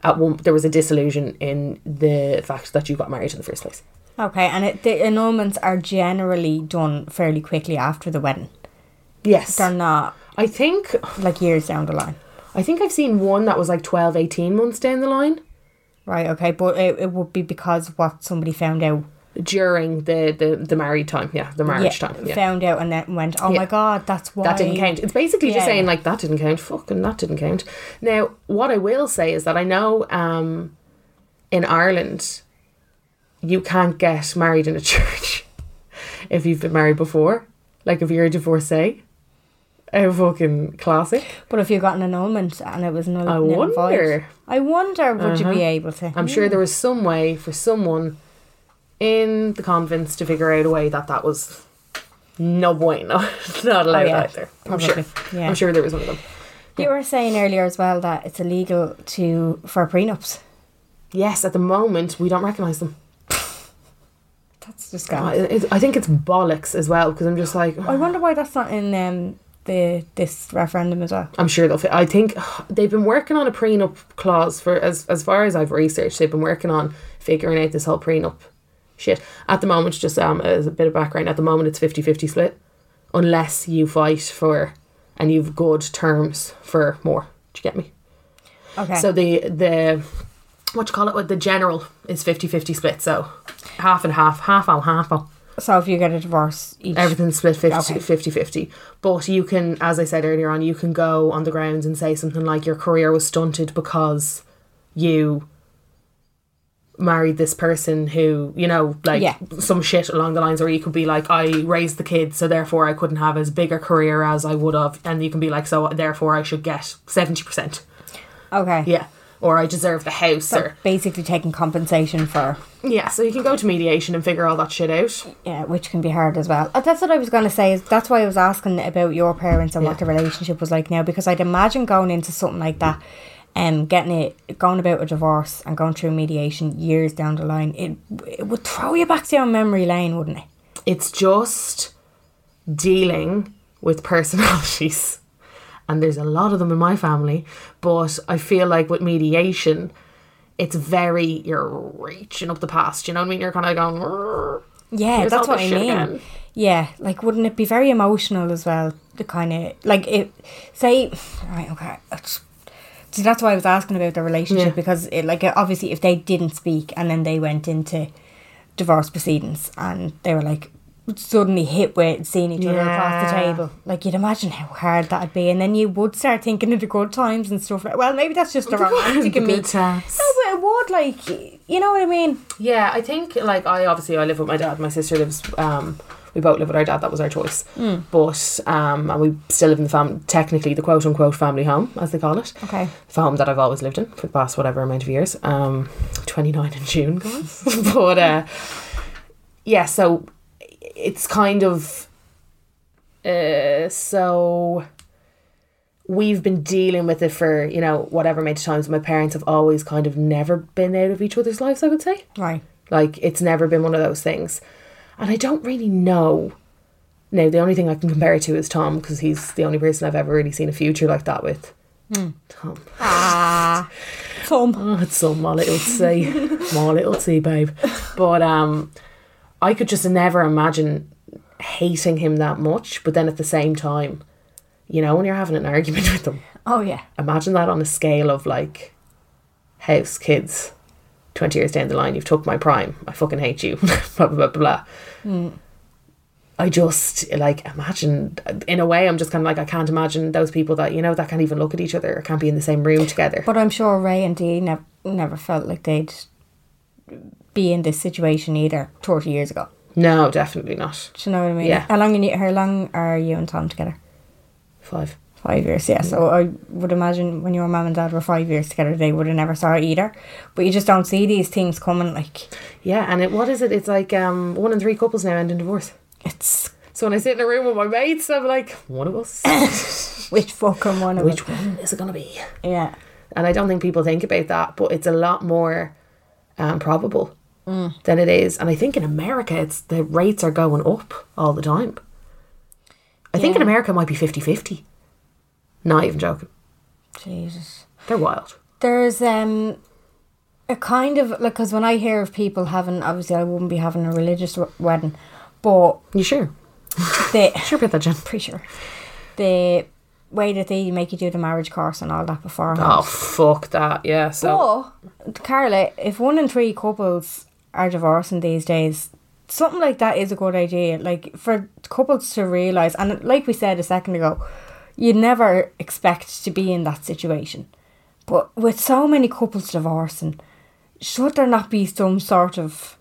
S3: at one there was a disillusion in the fact that you got married in the first place.
S2: Okay, and it, the annulments are generally done fairly quickly after the wedding.
S3: Yes,
S2: They're not
S3: I think
S2: like years down the line,
S3: I think I've seen one that was like 12, 18 months down the line.
S2: right? Okay, but it, it would be because of what somebody found out.
S3: during the, the the married time yeah the marriage time yeah
S2: found out and then went, oh
S3: Yeah.
S2: my god, that's why
S3: that didn't count it's basically
S2: Yeah.
S3: just saying like that didn't count fucking that didn't count now what i will say is that i know um in ireland you can't get married in a church if you've been married before like if you're a divorcee a fucking classic
S2: But if you got an annulment and it was no,
S3: I
S2: nil and void,
S3: wonder. Uh-huh.
S2: I wonder would you be able to?
S3: i'm sure there was some way for someone in the convents to figure out a way that that was no bueno not allowed
S2: Oh, yeah,
S3: either i'm sure
S2: probably, yeah.
S3: i'm sure there was one of them
S2: you were saying earlier as well that it's illegal to for prenups.
S3: Yes, at the moment we don't recognise them.
S2: That's just
S3: I,
S2: gone.
S3: it's- I think it's bollocks as well because I'm just like
S2: I wonder why that's not in um, the this referendum as well.
S3: I'm sure they'll. Fit. I think they've been working on a prenup clause for as as far as I've researched. They've been working on figuring out this whole prenup shit. At the moment, just um as a bit of background, at the moment it's 50-50 split, unless you fight for and you've good terms for more. Do you get me?
S2: Okay.
S3: So the the what you call it? What the general is 50-50 split. So half and half, half on half on.
S2: So if you get a divorce, each
S3: everything's split 50,
S2: Okay.
S3: 50 but you can as i said earlier on you can go on the grounds and say something like your career was stunted because you married this person who you know like
S2: Yeah.
S3: some shit along the lines or you could be like i raised the kids so therefore i couldn't have as big a career as i would have and you can be like so therefore i should get 70%
S2: Okay.
S3: yeah or i deserve the house or
S2: Basically taking compensation for
S3: yeah so you can go to mediation and figure all that shit out
S2: yeah, which can be hard as well. Uh, That's what I was going to say. Is that's why I was asking about your parents and what the relationship was like now, because I'd imagine going into something like that, um, getting it, going about a divorce and going through mediation years down the line, it it would throw you back down memory lane, wouldn't it?
S3: it's just dealing with personalities and there's a lot of them in my family but i feel like with mediation it's very you're reaching up the past you know what i mean you're kind of going "Rrr."
S2: Yeah,
S3: Here's
S2: that's
S3: all
S2: what
S3: this
S2: I
S3: shit
S2: mean.
S3: again.
S2: Yeah, like wouldn't it be very emotional as well? The kind of like it, say, right? Okay, it's- See, that's why I was asking about their relationship
S3: Yeah.
S2: because, it, like, obviously, if they didn't speak and then they went into divorce proceedings and they were like suddenly hit with seeing each other across the
S3: Yeah.
S2: table, like you'd imagine how hard that'd be, and then you would start thinking of the good times and stuff. Like, well, maybe that's just the romantic in
S3: The
S2: me.
S3: good times.
S2: No, but it would like, you know what I mean?
S3: Yeah, I think like I obviously I live with my dad. My sister lives. Um, we both live with our dad. That was our choice. But um, and we still live in the family. Technically, the quote unquote family home, as they call it.
S2: Okay.
S3: The home that I've always lived in for the past whatever amount of years. Um, twenty nine in June, guys. but uh, yeah, so it's kind of uh, so we've been dealing with it for you know whatever amount of times. My parents have always kind of never been out of each other's lives. I would say.
S2: Right.
S3: Like it's never been one of those things. And I don't really know. Now, the only thing I can compare it to is Tom because he's the only person I've ever really seen a future like that with. Tom.
S2: Ah. Tom.
S3: Oh, it's so my little sea. my little sea, babe. But um, I could just never imagine hating him that much. But then at the same time, you know, when you're having an argument with him,
S2: Oh yeah.
S3: imagine that on a scale of like house kids 20 years down the line you've took my prime i fucking hate you blah blah blah blah, blah. i just like imagine in a way i'm just kind of like i can't imagine those people that you know that can't even look at each other or can't be in the same room together
S2: But I'm sure Ray and Dee never never felt like they'd be in this situation either. Thirty years ago.
S3: no definitely not
S2: Do you know what I mean?
S3: Yeah.
S2: How long and you, how long are you and Tom together?
S3: five
S2: Five years, yeah. So I would imagine when your mum and dad were five years together, they would have never saw it either. But you just don't see these things coming. Like
S3: yeah and it what is it it's like um one in three couples now end in divorce
S2: it's
S3: so when i sit in a room with my mates i'm like one of us
S2: which fucking one of
S3: which
S2: it.
S3: one is it gonna be
S2: Yeah.
S3: and I don't think people think about that, but it's a lot more um, probable than it is. And I think in America, it's the rates are going up all the time. I think in
S2: Yeah.
S3: America it might be 50-50. Not even joking.
S2: Jesus.
S3: They're wild.
S2: There's um a kind of like because when I hear of people having obviously I wouldn't be having a religious w- wedding, but
S3: You sure?
S2: they
S3: Sure about that, Jen?
S2: pretty sure the way that they make you do the marriage course and all that before.
S3: Oh, fuck that. Yeah, so...
S2: But Carla, if one in three couples are divorcing these days, something like that is a good idea. Like for couples to realise, and like we said a second ago, you never expect to be in that situation. But with so many couples divorcing, should there not be some sort of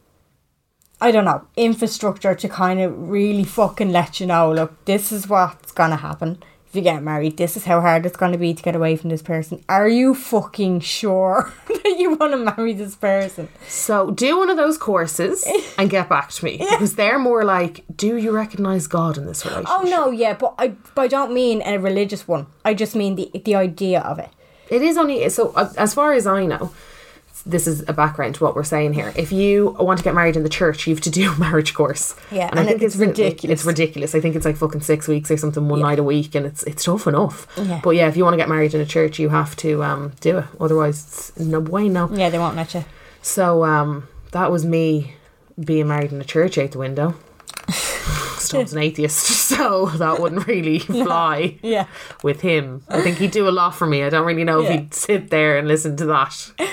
S2: I don't know, infrastructure to kind of really fucking let you know, look, this is what's gonna happen if you get married. This is how hard it's gonna be to get away from this person. Are you fucking sure that you wanna marry this person?
S3: So do one of those courses and get back to me. Because they're more like, do you recognise God in this relationship?
S2: Oh no, yeah, but I but I don't mean a religious one. I just mean the the idea of it.
S3: It is only so uh, as far as I know. This is a background to what we're saying here. If you want to get married in the church, you have to do a marriage course.
S2: Yeah,
S3: I
S2: and
S3: think
S2: it's
S3: really-
S2: ridiculous.
S3: It's ridiculous. I think it's like fucking six weeks or something, one night a week, and it's it's tough enough.
S2: Yeah.
S3: But yeah, if you want to get married in a church, you have to um, do it. Otherwise, it's no way, no.
S2: Yeah, they won't let you.
S3: So um, that was me being married in a church out the window. Stone's an atheist, so that wouldn't really fly
S2: Yeah.
S3: with him. I think he'd do a lot for me. I don't really know
S2: Yeah.
S3: if he'd sit there and listen to that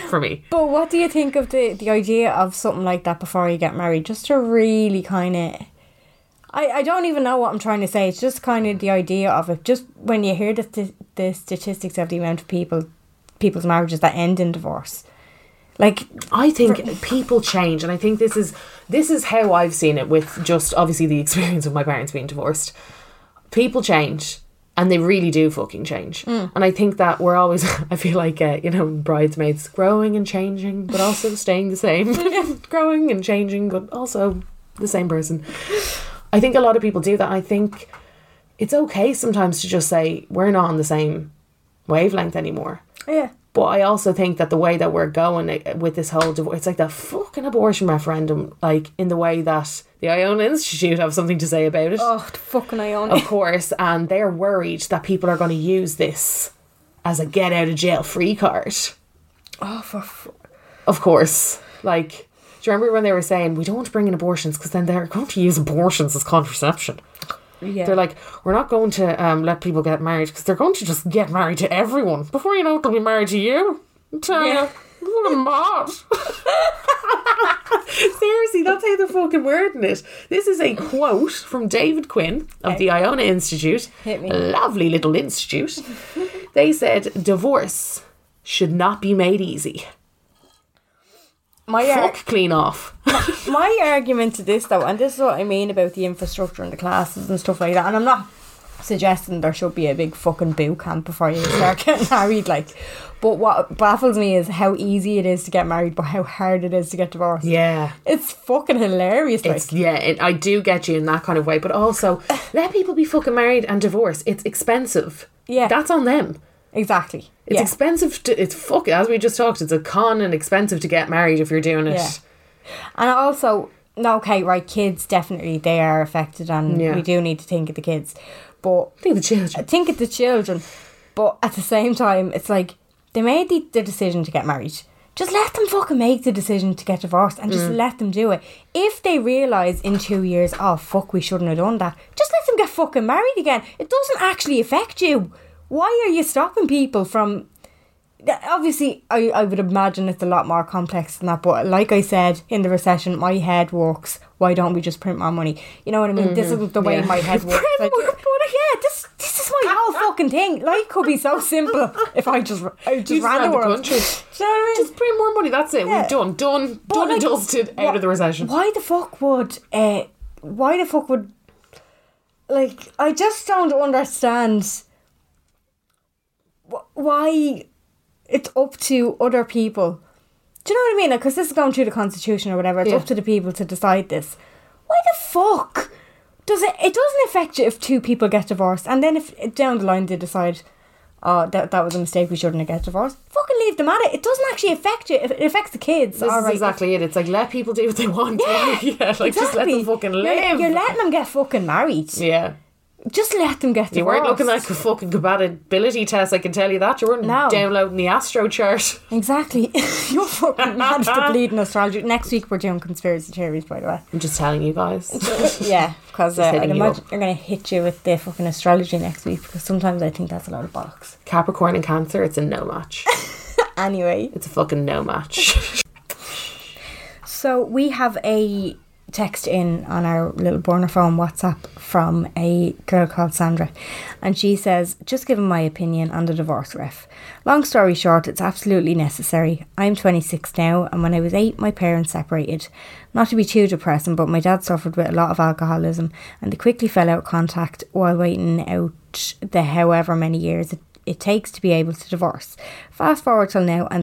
S3: for me.
S2: But what do you think of the, the idea of something like that before you get married? Just to really kind of. I, I don't even know what I'm trying to say. It's just kind of the idea of it. Just when you hear the, st- the statistics of the amount of people, people's marriages that end in divorce. Like,
S3: I think people change, and I think this is this is how I've seen it with just obviously the experience of my parents being divorced. People change, and they really do fucking change. And I think that we're always, I feel like uh, you know, bridesmaids growing and changing, but also staying the same, growing and changing, but also the same person. I think a lot of people do that. I think it's okay sometimes to just say we're not on the same wavelength anymore.
S2: yeah.
S3: But I also think that the way that we're going uh, with this whole divorce, it's like the fucking abortion referendum, like in the way that the Iona Institute have something to say about it,
S2: Oh, the fucking Iona.
S3: of course, and they're worried that people are going to use this as a get out of jail free card.
S2: Oh, for f-
S3: Of course. Like, do you remember when they were saying, we don't want to bring in abortions because then they're going to use abortions as contraception?
S2: Yeah.
S3: Oh, They're like, we're not going to um, let people get married because they're going to just get married to everyone. Before you know it, they'll be married to you. I'm telling
S2: Yeah.
S3: you. What a mod. Seriously, that's how they're fucking wording it. This is a quote from David Quinn of the Iona Institute.
S2: Hit me.
S3: Lovely little institute. they said divorce should not be made easy. Oh,
S2: my ar-
S3: Fuck clean off.
S2: my argument to this though, and this is what I mean about the infrastructure and the classes and stuff like that, and I'm not suggesting there should be a big fucking boo camp before you start getting married, like but what baffles me is how easy it is to get married, but how hard it is to get divorced.
S3: yeah.
S2: It's fucking hilarious, like
S3: It's, yeah, it, I do get you in that kind of way, but also let people be fucking married and divorced. It's expensive.
S2: Yeah.
S3: that's on them.
S2: exactly.
S3: It's
S2: yeah.
S3: expensive. To, it's fuck as we just talked. It's a con and expensive to get married if you're doing it.
S2: Yeah. And also, no, okay, right, kids definitely they are affected, and
S3: Yeah.
S2: we do need to think of the kids, but
S3: I think the children.
S2: think of the children. But at the same time, it's like they made the, the decision to get married. Just let them fucking make the decision to get divorced and just let them do it. If they realise in two years, oh fuck, we shouldn't have done that, just let them get fucking married again. It doesn't actually affect you. Why are you stopping people from yeah, obviously I, I would imagine it's a lot more complex than that but like i said in the recession my head works why don't we just print more money you know what i mean this
S3: Mm-hmm.
S2: isn't the way my head works like, yeah this this is my whole fucking thing life could be so simple if i just i just,
S3: You just
S2: ran
S3: ran
S2: the
S3: the
S2: world
S3: country.
S2: Do you know what i mean
S3: Just bring more money. That's it.
S2: Uh, Yeah.
S3: We're done. Done.
S2: But,
S3: done
S2: like,
S3: and dusted. Out
S2: wha-
S3: of the recession.
S2: why the fuck would uh why the fuck would like i just don't understand wh- why it's up to other people. Do you know what I mean? Because this is going through the constitution or whatever. It's
S3: Yeah.
S2: up to the people to decide this. Why the fuck does it? It doesn't affect you if two people get divorced, and then if down the line they decide, oh, that that was a mistake. We shouldn't have get divorced. Fucking leave them at it. It doesn't actually affect you. If it affects the kids,
S3: This
S2: all
S3: is
S2: right.
S3: exactly it. It's like let people do what they want.
S2: Yeah,
S3: yeah. Like just let
S2: exactly.
S3: them fucking
S2: You're-
S3: live.
S2: You're, letting them get fucking married.
S3: yeah.
S2: Just let them get divorced.
S3: You weren't looking at a fucking compatibility test, I can tell you that. You weren't
S2: No.
S3: downloading the astro chart.
S2: exactly. You're fucking mad to bleeding astrology. Next week we're doing conspiracy theories, by the way.
S3: I'm just telling you guys.
S2: Yeah, because uh, I'd
S3: Just hitting you
S2: imagine
S3: up.
S2: I'm going to hit you with the fucking astrology next week because sometimes I think that's a lot of bollocks.
S3: Capricorn and Cancer, it's a no match.
S2: Anyway,
S3: It's a fucking no match.
S2: so we have a text in on our little burner phone WhatsApp from a girl called Sandra, and she says, "Just giving my opinion on the divorce ref. Long story short, it's absolutely necessary. I'm 26 now, and when I was eight, my parents separated. Not to be too depressing, but my dad suffered with a lot of alcoholism, and they quickly fell out of contact while waiting out the however many years it, it takes to be able to divorce. Fast forward till now, and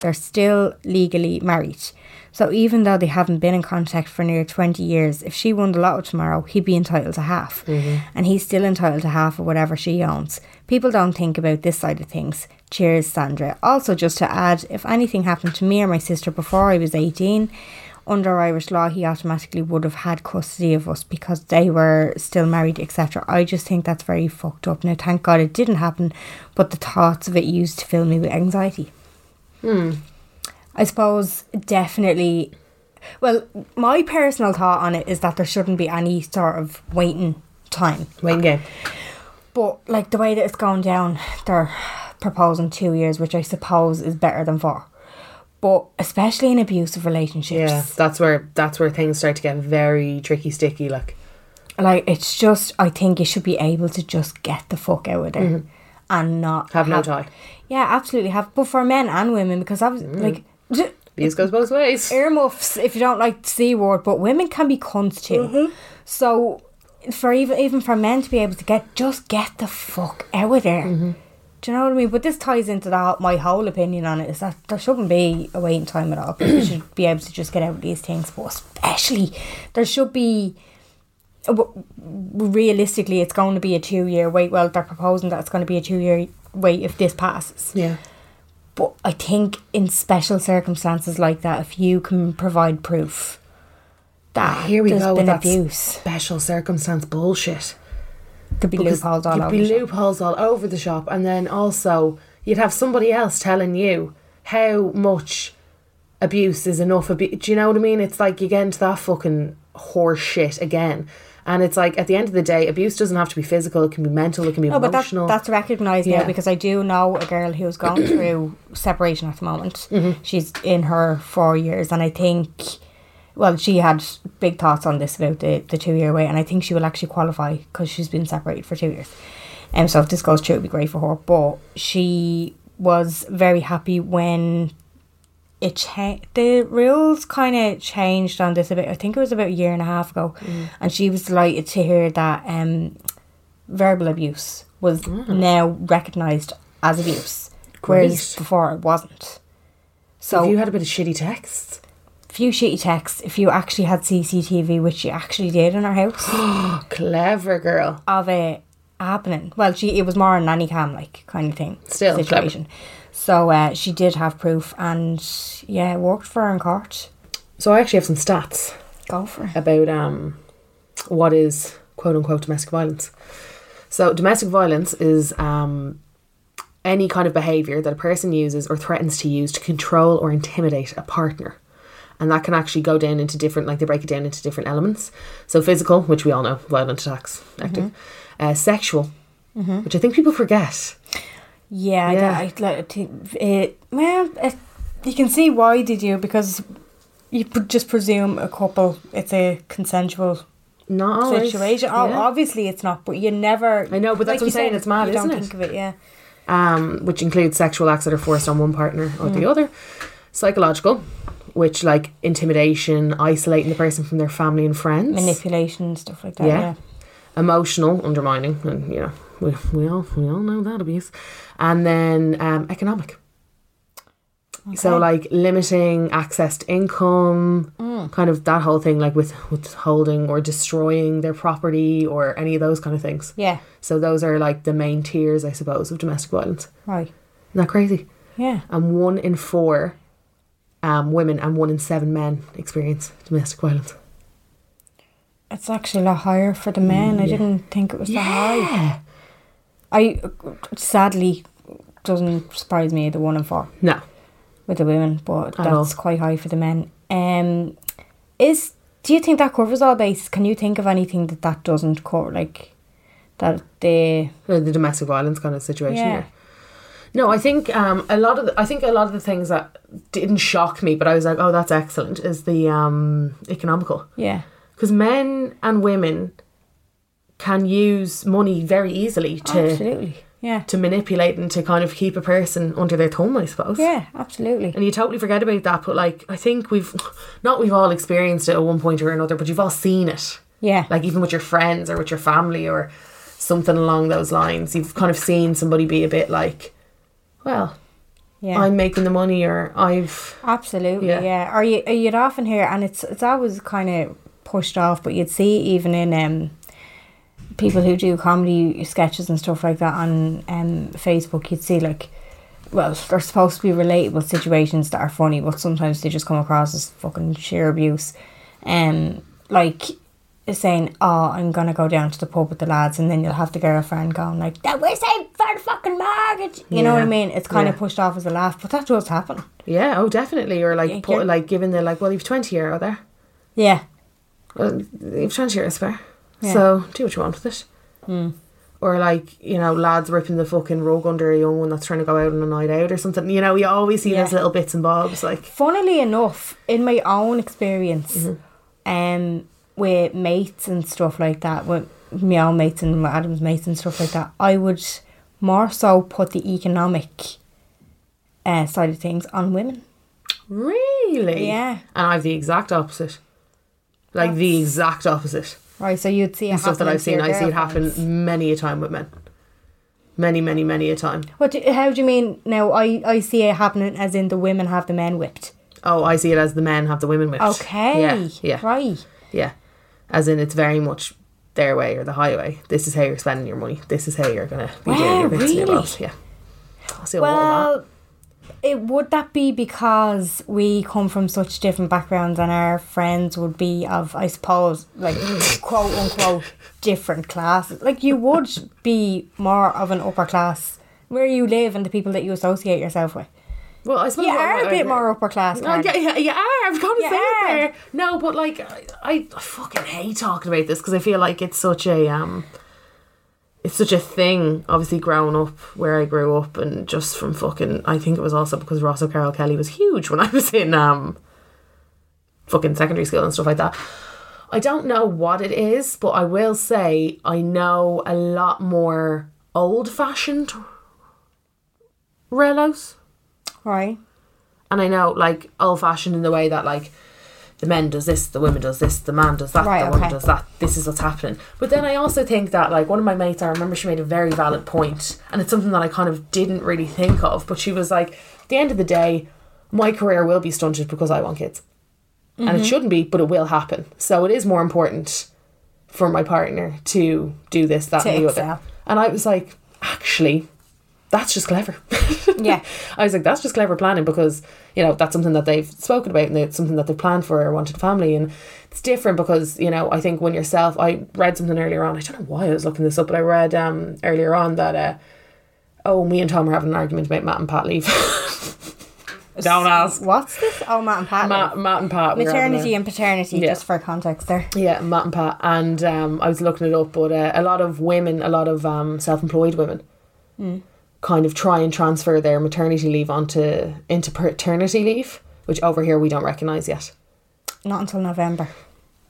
S2: they're still legally married. So even though they haven't been in contact for near 20 years, if she won the lotto tomorrow, he'd be entitled to half. And he's still entitled to half of whatever she owns. People don't think about this side of things. Cheers, Sandra. Also, just to add, if anything happened to me or my sister before I was 18, under Irish law, he automatically would have had custody of us because they were still married, etc. I just think that's very fucked up. Now, thank God it didn't happen, but the thoughts of it used to fill me with anxiety. I suppose definitely. Well, my personal thought on it is that there shouldn't be any sort of waiting time.
S3: Wayne game.
S2: But like the way that it's gone down, they're proposing two years, which I suppose is better than four. But especially in abusive relationships,
S3: Yeah. That's where that's where things start to get very tricky sticky like.
S2: like it's just I think you should be able to just get the fuck out of there and not
S3: Mm-hmm. Have no tie.
S2: Yeah, absolutely have. But for men and women, because I was
S3: Mm.
S2: like.
S3: These goes both ways.
S2: Er, earmuffs if you don't like the C word, but women can be cunts too. So for even even for men to be able to get just get the fuck out of there. Do you know what I mean? But this ties into that. My whole opinion on it is that there shouldn't be a waiting time at all. People should be able to just get out of these things. But especially, there should be. w- Realistically, it's going to be a two-year wait. Well, they're proposing that it's going to be a two-year wait if this passes.
S3: Yeah.
S2: But I think in special circumstances like that, if you can provide proof that
S3: Ah, Here we
S2: there's
S3: go with
S2: been
S3: that
S2: abuse,
S3: special circumstance bullshit.
S2: could be
S3: Because
S2: loopholes all
S3: you'd
S2: over.
S3: be
S2: the shop.
S3: loopholes all over the shop, and then also you'd have somebody else telling you how much abuse is enough. Abu- Do you know what I mean? It's like you get into that fucking horse shit again, and it's like at the end of the day, abuse doesn't have to be physical. It can be mental. It can be
S2: No, but that,
S3: emotional.
S2: that's recognised
S3: Yeah.
S2: now because I do know a girl who's gone through separation at the moment.
S3: Mm-hmm.
S2: She's in her four years, and I think, well, she had big thoughts on this about the, the two year wait, and I think she will actually qualify because she's been separated for two years. And um, so if this goes through, it'd be great for her. But she was very happy when it cha- the rules kind of changed on this a bit. I think it was about a year and a half ago, and she was delighted to hear that um, verbal abuse was now recognised as abuse, whereas
S3: Great.
S2: before it wasn't. So
S3: Have you had a bit of shitty texts?
S2: few shitty texts. If you actually had CCTV, which you actually did in her house,
S3: Oh, clever girl.
S2: of it happening. Well, she it was more a nanny cam like kind of thing
S3: Still clever.
S2: situation. So uh, she did have proof, and yeah, it worked for her in court.
S3: So I actually have some stats.
S2: Go for it.
S3: about um, what is quote unquote domestic violence. So, domestic violence is um, any kind of behaviour that a person uses or threatens to use to control or intimidate a partner. And that can actually go down into different, like they break it down into different elements. So, physical, which we all know, violent attacks, active,
S2: Mm-hmm.
S3: uh, sexual, which I think people forget.
S2: Yeah,
S3: Yeah.
S2: yeah. I, like, I think it, well, it, you can see why did you because you pr- just presume a couple it's a consensual
S3: Not always.
S2: situation. Oh,
S3: Yeah.
S2: obviously it's not, but you never.
S3: I know, but that's what
S2: you
S3: I'm saying,
S2: said,
S3: it's mad,
S2: you
S3: isn't
S2: don't
S3: it?
S2: think of it, yeah.
S3: um, which includes sexual acts that are forced on one partner or the other. Psychological, which like intimidation, isolating the person from their family and friends.
S2: Manipulation stuff like that.
S3: Yeah.
S2: Yeah.
S3: Emotional, undermining, and you know we, we all we all know that abuse. And then um, economic. So
S2: Okay.
S3: like limiting access to income, kind of that whole thing, like with withholding or destroying their property or any of those kind of things.
S2: Yeah.
S3: So those are like the main tiers, I suppose, of domestic violence.
S2: Right.
S3: Isn't that crazy?
S2: Yeah.
S3: and one in four um, women and one in seven men experience domestic violence.
S2: It's actually a lot higher for the men. I didn't think it was that high.
S3: Mm, Yeah.
S2: I sadly doesn't surprise me the one in four
S3: No.
S2: with the women, but
S3: At all.
S2: that's quite high for the men. Um, is do you think that covers all bases? Can you think of anything that that doesn't cover, like that they?
S3: Uh, The domestic violence kind of situation.
S2: Yeah.
S3: Yeah. No, I think um, a lot of the, I think a lot of the things that didn't shock me, but I was like, oh, that's excellent, is the um, economical
S2: Yeah.
S3: because men and women can use money very easily to
S2: Absolutely. Yeah.
S3: to manipulate and to kind of keep a person under their thumb, I suppose.
S2: Yeah. Absolutely.
S3: And you totally forget about that, but like I think we've not we've all experienced it at one point or another, but you've all seen it.
S2: Yeah.
S3: Like even with your friends or with your family or something along those lines. You've kind of seen somebody be a bit like, Well,
S2: yeah.
S3: I'm making the money or I've
S2: Absolutely,
S3: Yeah.
S2: yeah. Or you, or you'd often hear, and it's it's always kind of pushed off, but you'd see even in um, people who do comedy sketches and stuff like that on um, Facebook, you'd see like, well, they're supposed to be relatable situations that are funny, but sometimes they just come across as fucking sheer abuse, um, like saying, "Oh, I'm gonna go down to the pub with the lads," and then you'll have the girlfriend going like, "That we're saved for the fucking mortgage," you know what I
S3: Yeah.
S2: mean? It's kind
S3: Yeah.
S2: of pushed off as a laugh, but that does happen.
S3: Yeah, oh definitely or like
S2: Yeah,
S3: put,
S2: you're-
S3: like giving the like, Well, you've twenty euro there.
S2: Yeah.
S3: Well, you've twenty euro spare.
S2: Yeah. Hmm.
S3: So do what you want with it. Or like, you know, lads ripping the fucking rug under a young one that's trying to go out on a night out or something. You know, you always see
S2: Yeah.
S3: those little bits and bobs like
S2: funnily enough, in my own experience,
S3: Mm-hmm.
S2: um, with mates and stuff like that, with my own mates and my Adam's mates and stuff like that, I would more so put the economic uh, side of things on women.
S3: Really?
S2: Yeah.
S3: And I have the exact opposite. Like the exact opposite.
S2: Right, so you'd see it
S3: Stuff that
S2: happening
S3: I've
S2: to
S3: seen,
S2: your
S3: I see it
S2: girlfriends.
S3: happen many a time with men. many, many, many a time.
S2: What? Do, how do you mean? Now, I I see it happening as in the women have the men whipped.
S3: Oh, I see it as the men have the women whipped.
S2: Okay.
S3: Yeah. Yeah.
S2: Right.
S3: Yeah. As in, it's very much their way or the highway. This is how you're spending your money. This is how you're going to be doing
S2: Wow,
S3: your bits and your
S2: really?
S3: bobs. Yeah. I see a lot of that.
S2: Well, it would that be because we come from such different backgrounds and our friends would be of, I suppose, like quote unquote different classes. Like you would be more of an upper class where you live and the people that you associate yourself with.
S3: Well, I suppose
S2: You
S3: what-
S2: are a
S3: what-
S2: bit more upper class.
S3: Oh, yeah, yeah, you are. I've got to
S2: You
S3: say it
S2: are.
S3: there. No, but like, I, I I fucking hate talking about this because I feel like it's such a um, it's such a thing. Obviously, growing up where I grew up, and just from fucking, I think it was also because Ross O'Carroll Kelly was huge when I was in um, fucking secondary school and stuff like that. I don't know what it is, but I will say I know a lot more old-fashioned relos
S2: Right.
S3: and I know like old fashioned in the way that like the men does this, the women does this, the man does that,
S2: Right,
S3: the woman
S2: okay.
S3: does that. This is what's happening. But then I also think that like one of my mates, I remember she made a very valid point, and it's something that I kind of didn't really think of. But she was like, at the end of the day, my career will be stunted because I want kids,
S2: Mm-hmm.
S3: and it shouldn't be, but it will happen. So it is more important for my partner to do this, that,
S2: To
S3: and the
S2: excel.
S3: other. And I was like, actually, that's just clever.
S2: Yeah.
S3: I was like, that's just clever planning because, you know, that's something that they've spoken about and it's something that they've planned for or wanted family. And it's different because, you know, I think when yourself, I read something earlier on, I don't know why I was looking this up, but I read um earlier on that, uh, oh, me and Tom are having an argument about Matt and Pat leave. don't ask.
S2: What's this? Oh, Matt and Pat.
S3: Matt, Matt and Pat. we were having a-
S2: Maternity and paternity,
S3: Yeah.
S2: just for context there.
S3: yeah, Matt and Pat, and um, I was looking it up, but uh, a lot of women, a lot of um, self-employed women,
S2: Hmm.
S3: kind of try and transfer their maternity leave onto into paternity leave, which over here we don't recognise yet.
S2: Not until November.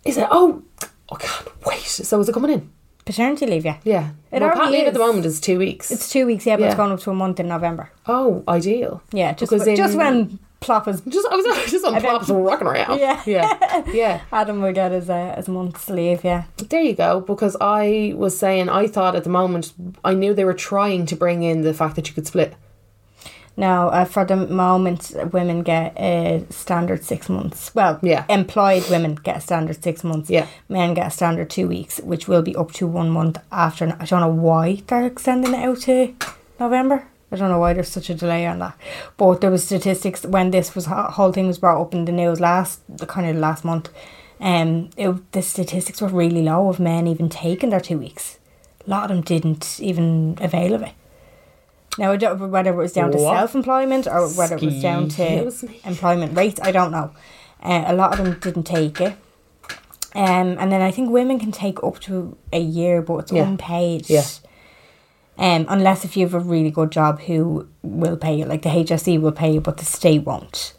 S3: Is it? Oh, I can't wait. So is it coming in?
S2: Paternity leave, yeah.
S3: Yeah.
S2: It
S3: well,
S2: already
S3: pat leave at the
S2: is.
S3: moment is two weeks.
S2: It's two weeks, yeah, but it's
S3: Yeah.
S2: gone up to a month in November.
S3: oh, ideal.
S2: Yeah, just
S3: Because
S2: when, just
S3: in-
S2: when plop is
S3: Just I was just on plops rocking around.
S2: Yeah.
S3: yeah, yeah.
S2: Adam will get his uh, his month's leave, yeah.
S3: There you go. Because I was saying, I thought at the moment, I knew they were trying to bring in the fact that you could split.
S2: No, uh, for the moment, women get a standard six months. Well,
S3: Yeah.
S2: employed women get a standard six months.
S3: Yeah.
S2: Men get a standard two weeks, which will be up to one month after. I don't know why they're extending it out to November. I don't know why there's such a delay on that. But there was statistics when this was whole thing was brought up in the news last, the kind of last month. Um, it, the statistics were really low of men even taking their two weeks. A lot of them didn't even avail of it. Now, I don't know whether it was down to
S3: What?
S2: self employment or whether it was down to
S3: Excuse me.
S2: employment rates, I don't know. Uh, a lot of them didn't take it. Um, and then I think women can take up to a year, but it's
S3: Yeah.
S2: unpaid.
S3: Yeah.
S2: Um, unless if you have a really good job, who will pay you? Like the HSE will pay you, but the state won't.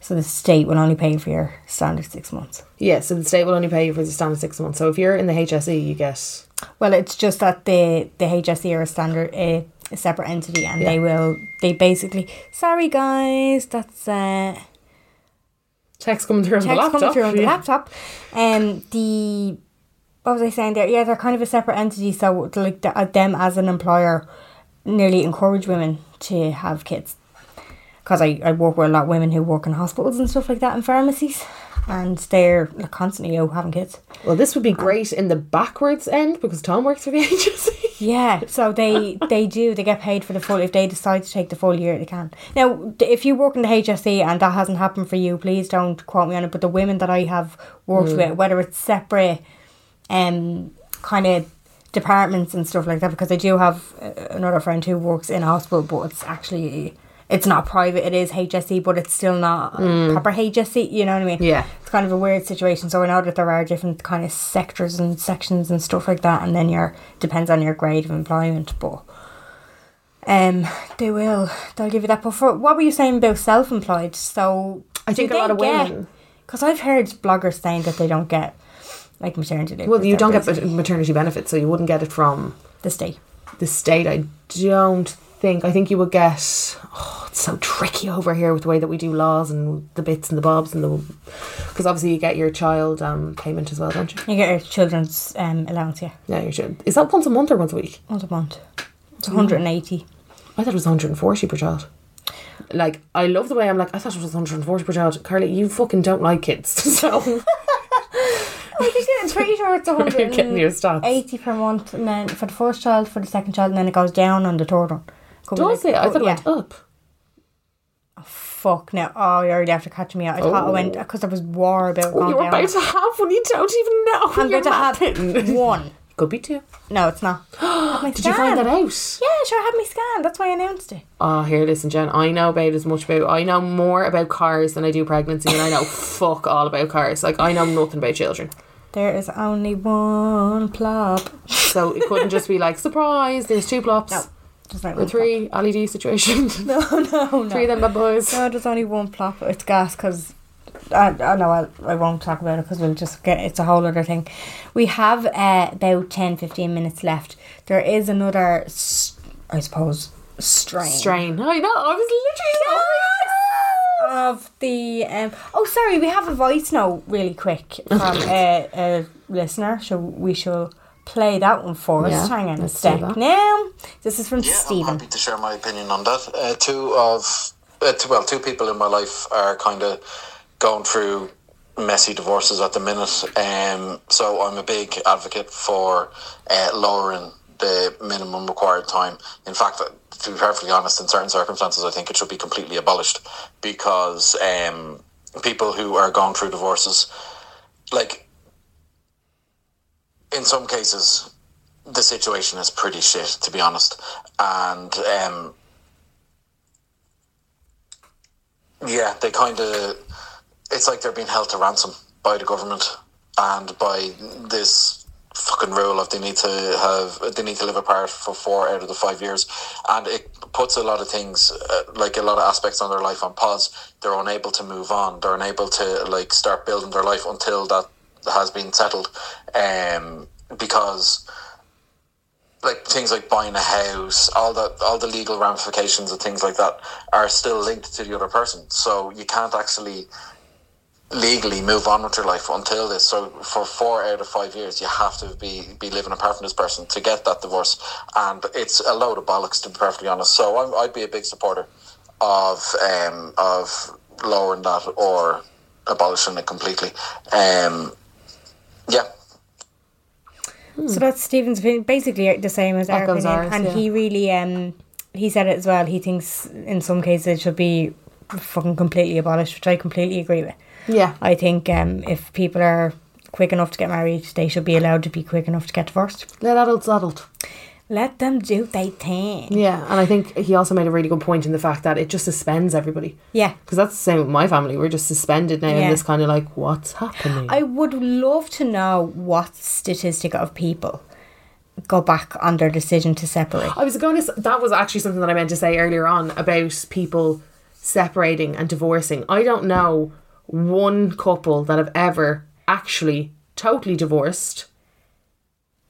S2: So the state will only pay you for your standard six months.
S3: Yeah, so the state will only pay you for the standard six months. So if you're in the HSE, you get
S2: Well, it's just that the the HSE are a standard a, a separate entity, and they
S3: Yeah.
S2: will they basically sorry guys, that's uh,
S3: text coming through on the
S2: text
S3: laptop.
S2: coming through on the
S3: Yeah.
S2: laptop. Um, the what was I saying there? Yeah, they're kind of a separate entity, so like the, uh, them as an employer nearly encourage women to have kids. Because I, I work with a lot of women who work in hospitals and stuff like that and pharmacies, and they're like, constantly out having kids.
S3: Well, this would be great in the backwards end because Tom works for the E. HSE.
S2: Yeah, so they they do. They get paid for the full. If they decide to take the full year, they can. Now, d- if you work in the HSE and that hasn't happened for you, please don't quote me on it. But the women that I have worked with, whether it's separate, um, kind of departments and stuff like that, because I do have uh, another friend who works in a hospital, but it's actually it's not private. It is HSE, but it's still not uh, proper HSE. You know what I mean?
S3: Yeah.
S2: it's kind of a weird situation. So I know that there are different kind of sectors and sections and stuff like that, and then your depends on your grade of employment, but um, they will they'll give you that. But for what were you saying about self-employed? So
S3: I think a lot of women-
S2: because I've heard bloggers saying that they don't get like maternity leave.
S3: Well, you don't get
S2: the,
S3: mat- maternity benefits, so you wouldn't get it from
S2: the state.
S3: the state. I don't think. I think you would get. Oh, it's so tricky over here with the way that we do laws and the bits and the bobs and the. Because obviously you get your child um, payment as well, don't you?
S2: You get your children's um allowance, yeah,
S3: Yeah, you should. Is that once a month or once a week?
S2: once a month. It's 180.
S3: I thought it was 140 per child. Like, I love the way I'm like, I thought it was 140 per child. Carly, you fucking don't like kids. So
S2: I think it's pretty sure it's
S3: you're getting your
S2: 180
S3: stats.
S2: per month, and then for the first child, for the second child, and then it goes down on the third one. Could be
S3: Does
S2: like- oh,
S3: it? I thought it
S2: yeah.
S3: went up.
S2: Fuck no! Oh, you're already after catching me out. I thought I went because there was war about
S3: Oh,
S2: going
S3: you were
S2: down.
S3: about to have one. You don't even know.
S2: I'm
S3: you're
S2: going to have
S3: mapping.
S2: one.
S3: Could be two.
S2: No, it's not. Had my
S3: Did you find
S2: scan.
S3: that out?
S2: Yeah, sure. I had me scan. That's why I announced it.
S3: Oh, here, listen, Jen. I know about as much about. I know more about cars than I do pregnancy, and I know fuck all about cars. Like I know nothing about children,
S2: There is only one plop.
S3: so it couldn't just be like surprise. There's two plops
S2: No, there's not
S3: or
S2: one
S3: three LED situation.
S2: plop. No, Oh, no, no.
S3: three of them bad boys.
S2: No, there's only one plop. It's gas because I, I know I, I won't talk about it because we'll just get it's a whole other thing. We have uh, about 10 15 minutes left. There is another, s- I suppose, strain.
S3: Strain. Oh I know. I was literally.
S2: Of the um, oh sorry we have a voice note really quick from a, a listener so we shall play that one for us
S3: Yeah,
S2: hang on a
S3: let's do
S2: sec
S3: that.
S2: now this is from
S4: Yeah, I'm
S2: Stephen
S4: happy to share my opinion on that. Uh, two of, uh, two, well, two people in my life are kind of going through messy divorces at the minute. Um, so I'm a big advocate for uh, lowering the minimum required time. In fact, uh, to be perfectly honest, in certain circumstances, I think it should be completely abolished because um, people who are going through divorces, like in some cases, the situation is pretty shit, to be honest. And um, yeah, they kind of it's like they're being held to ransom by the government and by this fucking rule of they need to have they need to live apart for four out of the five years and it puts a lot of things uh, like a lot of aspects on their life on pause they're unable to move on they're unable to like start building their life until that has been settled um because like things like buying a house, all the all the legal ramifications of things like that are still linked to the other person. So you can't actually legally move on with your life until this. So for four out of five years, you have to be be living apart from this person to get that divorce, and it's a load of bollocks to be perfectly honest. So I'm, I'd be a big supporter of um, of lowering that or abolishing it completely. Um, yeah,
S2: So that's Stephen's opinion. Basically, uh, the same as our
S3: Echoes
S2: opinion,
S3: ours,
S2: and
S3: yeah.
S2: he really um he said it as well. He thinks in some cases it should be fucking completely abolished, which I completely agree with.
S3: Yeah.
S2: I think um if people are quick enough to get married, they should be allowed to be quick enough to get divorced.
S3: Let adults adult.
S2: Let them do their thing.
S3: Yeah, and I think he also made a really good point in the fact that it just suspends everybody.
S2: Yeah.
S3: Because that's the same with my family. We're just suspended now
S2: Yeah.
S3: in this kind of like, what's happening?
S2: I would love to know what statistic of people go back on their decision to separate.
S3: I was going to. s- That was actually something that I meant to say earlier on about people separating and divorcing. I don't know one couple that have ever actually totally divorced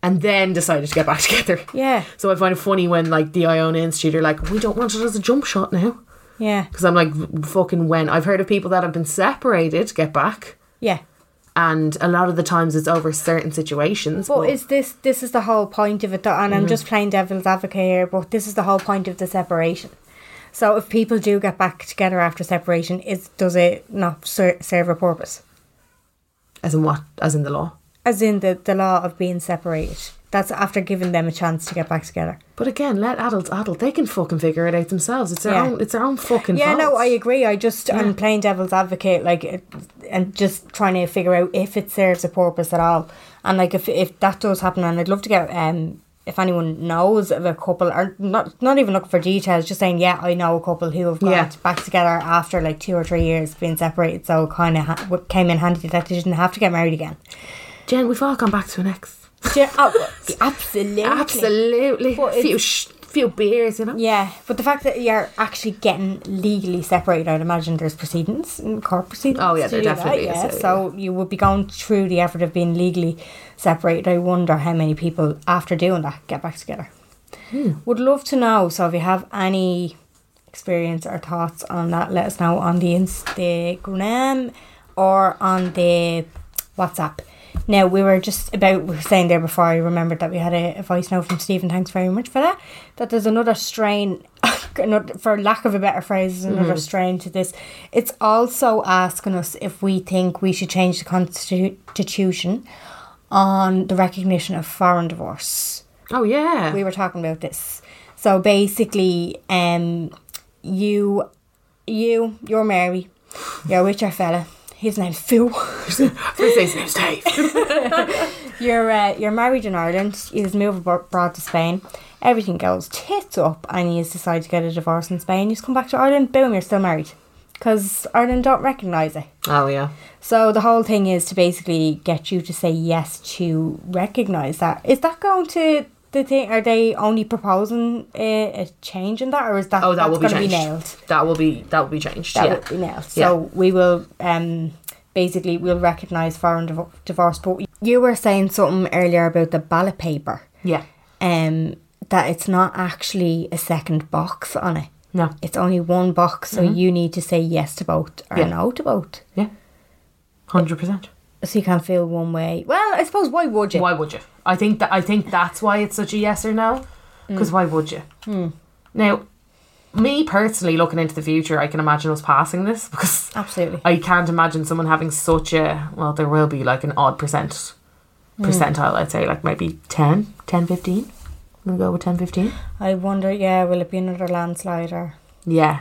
S3: and then decided to get back together.
S2: Yeah.
S3: So I find it funny when like the Iona Institute are like, we don't want it as a jump shot now.
S2: Yeah.
S3: Because I'm like, fucking when? I've heard of people that have been separated get back.
S2: Yeah.
S3: And a lot of the times it's over certain situations.
S2: But
S3: but-
S2: is this this is the whole point of it? Though, and I'm just playing devil's advocate here, but this is the whole point of the separation. So if people do get back together after separation, is does it not ser- serve a purpose?
S3: as in what? As in the law.
S2: As in the the law of being separated. That's after giving them a chance to get back together.
S3: But again, let adults adult. They can fucking figure it out themselves. It's their
S2: Yeah.
S3: own. It's their own fucking.
S2: Yeah, no,
S3: fault.
S2: I agree. I just I'm playing devil's advocate, like, it- and just trying to figure out if it serves a purpose at all, and like if if that does happen, and I'd love to get um if anyone knows of a couple or not not even looking for details, just saying yeah, I know a couple who have got
S3: Yeah.
S2: back together after like two or three years being separated, so kind of ha- what came in handy that they didn't have to get married again.
S3: Jen, we've all gone back to an ex.
S2: Yeah, oh, absolutely,
S3: Absolutely.
S2: But
S3: a few,
S2: it's-
S3: sh- few beers, you know.
S2: Yeah, but the fact that you're actually getting legally separated, I'd imagine there's proceedings, mm, court proceedings.
S3: Oh, yeah,
S2: to
S3: there
S2: do
S3: definitely
S2: that,
S3: is,
S2: yeah.
S3: yeah,
S2: So you would be going through the effort of being legally separated. I wonder how many people, after doing that, get back together. Would love to know. So if you have any experience or thoughts on that, let us know on the Instagram or on the WhatsApp. Now, we were just about we were saying there before, I remembered that we had a, a voice note from Stephen, thanks very much for that, that there's another strain, another- for lack of a better phrase, there's another strain to this. It's also asking us if we think we should change the constitution on the recognition of foreign divorce
S3: Oh yeah.
S2: we were talking about this. So basically, um, you, you, you're Mary, you're with your fella. His name's Phil.
S3: His name's Dave.
S2: You're uh, you're married in Ireland. You've moved abro- abroad to Spain. Everything goes tits up, and you decide to get a divorce in Spain. You just come back to Ireland. Boom, you're still married, because Ireland don't recognise it.
S3: oh yeah.
S2: So the whole thing is to basically get you to say yes to recognise that. Is that going to the thing? Are they only proposing a, a change in that, or is that
S3: Oh, that
S2: that's
S3: will be
S2: gonna
S3: changed.
S2: nailed?
S3: That will be that will be changed.
S2: That
S3: yeah.
S2: will be nailed.
S3: Yeah.
S2: So we will um basically we'll recognise foreign div- divorce. But you were saying something earlier about the ballot paper.
S3: Yeah.
S2: Um, that it's not actually a second box on it.
S3: No.
S2: It's only one box, so you need to say yes to both or
S3: Mm-hmm. Yeah.
S2: no to both.
S3: Yeah. Hundred percent.
S2: So you can't feel one way. Well, I suppose why would you?
S3: Why would you? I think that I think that's why it's such a yes or no. Because why would you? Now, me personally, looking into the future, I can imagine us passing this because
S2: Absolutely.
S3: I can't imagine someone having such a well. There will be like an odd percent percentile. I'd say like maybe 10, 10, 15. I'm gonna go with 10, 15.
S2: I wonder, yeah, will it be another landslide or
S3: Yeah,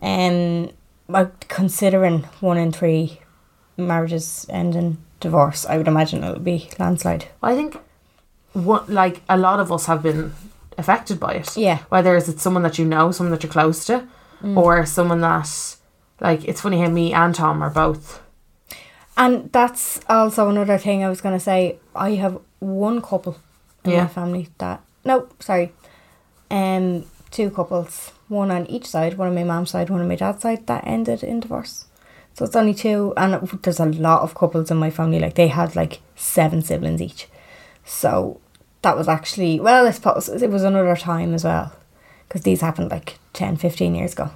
S2: um like considering one in three marriages end in divorce, I would imagine it'll be landslide.
S3: I think what like a lot of us have been affected by it.
S2: Yeah.
S3: Whether is it someone that you know, someone that you're close to, or someone that like it's funny how me and Tom are both.
S2: And that's also another thing I was gonna say. I have one couple in
S3: Yeah.
S2: my family that no, sorry. Um two couples, one on each side, one on my mum's side, one on my dad's side, that ended in divorce. So it's only two and there's a lot of couples in my family, like they had like seven siblings each. So that was actually well, I suppose it was another time as well. Because these happened like 10, 15 years ago.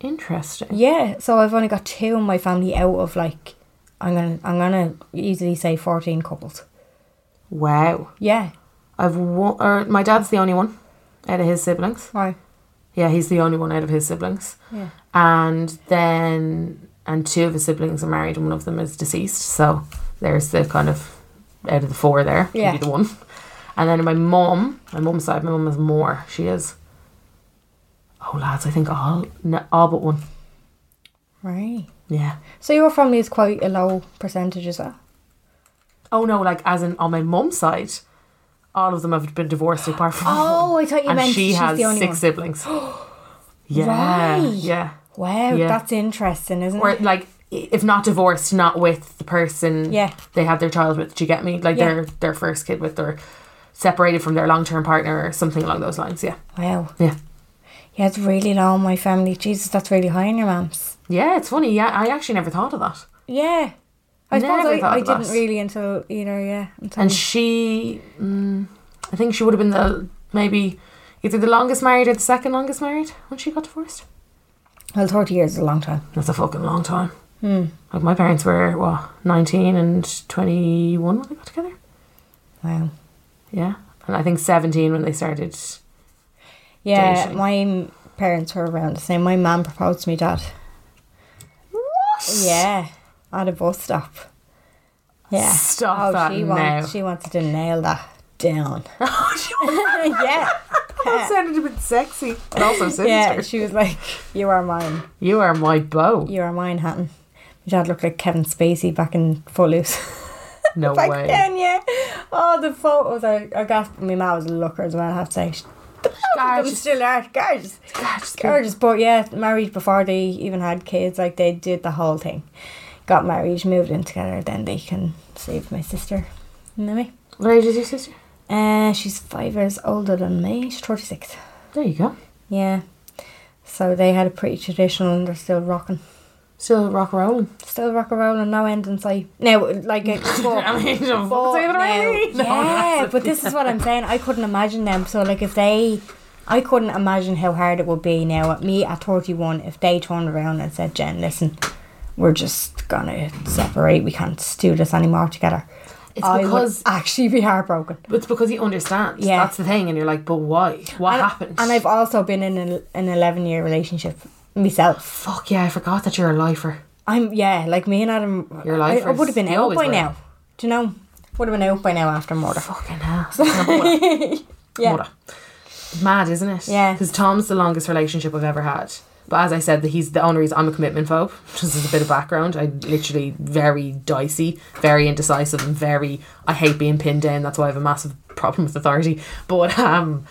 S3: Interesting.
S2: Yeah, so I've only got two in my family out of like I'm gonna I'm gonna easily say fourteen couples.
S3: Wow.
S2: Yeah.
S3: I've one, or my dad's the only one out of his siblings.
S2: Why?
S3: Yeah, he's the only one out of his siblings. Yeah. And then, and two of his siblings are married, and one of them is deceased. So there's the kind of out of the four there,
S2: Yeah.
S3: maybe the one. And then my mum, my mum's side, my mum is more. She is. Oh lads, I think all no, all but one.
S2: Right.
S3: Yeah.
S2: So your family is quite a low percentage as well.
S3: Oh no, like as in on my mum's side, all of them have been divorced apart from.
S2: Oh,
S3: one.
S2: I thought you
S3: and
S2: meant
S3: she
S2: she's
S3: has
S2: the only
S3: six
S2: one.
S3: siblings. yeah.
S2: Right.
S3: Yeah.
S2: Wow,
S3: Yeah.
S2: that's interesting, isn't
S3: or
S2: it?
S3: like i- if not divorced, not with the person
S2: Yeah.
S3: they had their child with. Do you get me? Like
S2: Yeah.
S3: their their first kid with, or separated from their long term partner, or something along those lines. Yeah,
S2: Wow.
S3: yeah,
S2: Yeah, it's really low in my family. Jesus, that's really high in your mum's.
S3: yeah. It's funny. Yeah, I actually never thought of that.
S2: Yeah. I
S3: Never
S2: suppose I,
S3: thought
S2: I
S3: of that.
S2: didn't really until either, yeah. Until
S3: And she, mm, I think she would have been the maybe either the longest married or the second longest married when she got divorced.
S2: well, thirty years is a long time.
S3: That's a fucking long time.
S2: Hmm.
S3: Like my parents were what nineteen and twenty one when they got together.
S2: Wow.
S3: Yeah, and I think seventeen when they started.
S2: Yeah,
S3: Dating.
S2: my parents were around the same. My mum proposed to me dad. What? Yeah, at a bus stop. Yeah.
S3: Stop
S2: oh,
S3: that
S2: she
S3: now. Oh,
S2: Wants, she wanted to nail that down. yeah.
S3: That sounded a bit sexy, but also sinister.
S2: Yeah, she was like, you are mine.
S3: You are my beau.
S2: You are mine, Hatton. My dad looked like Kevin Spacey back in Footloose.
S3: No
S2: back
S3: way.
S2: then, yeah. Oh, the photos are, are gasped. My mum was a looker as well, I have to say. She- The both of them
S3: Gorgeous.
S2: still are gorgeous.
S3: Gorgeous people.
S2: Gorgeous, but yeah, married before they even had kids, like they did the whole thing. Got married, moved in together, then they can save my sister. And then me.
S3: What age is your sister?
S2: Uh, she's five years older than me. She's 36.
S3: There you go.
S2: Yeah. So they had a pretty traditional and they're still rocking.
S3: Still rock and rolling.
S2: Still rock and roll and no end in sight. Now, like, uh, a,
S3: I mean, don't
S2: But
S3: say that
S2: now-
S3: already. No,
S2: yeah,
S3: that's-
S2: but this is what I'm saying. I couldn't imagine them. So like, if they, I couldn't imagine how hard it would be now at me at 31 if they turned around and said, Jen, listen, we're just gonna separate. We can't do this anymore together.
S3: It's
S2: I
S3: because-
S2: would actually be heartbroken.
S3: It's because he understands.
S2: Yeah.
S3: That's the thing. And you're like, but why? What
S2: and,
S3: happened?
S2: And I've also been in an, an 11 year relationship myself.
S3: Fuck yeah, I forgot that you're a lifer.
S2: I'm, yeah, like me and Adam.
S3: You're
S2: I, I
S3: lifers.
S2: would have been
S3: You
S2: out
S3: always
S2: by
S3: were.
S2: now. Do you know? Would have been out by now after murder.
S3: Fucking hell. Mother.
S2: Yeah.
S3: Mother. Mad, isn't it?
S2: Yeah.
S3: Because Tom's the longest relationship I've ever had. But as I said, that he's the only reason I'm a commitment phobe. Just as a bit of background, I literally very dicey, very indecisive, and very I hate being pinned down. That's why I have a massive problem with authority. But um,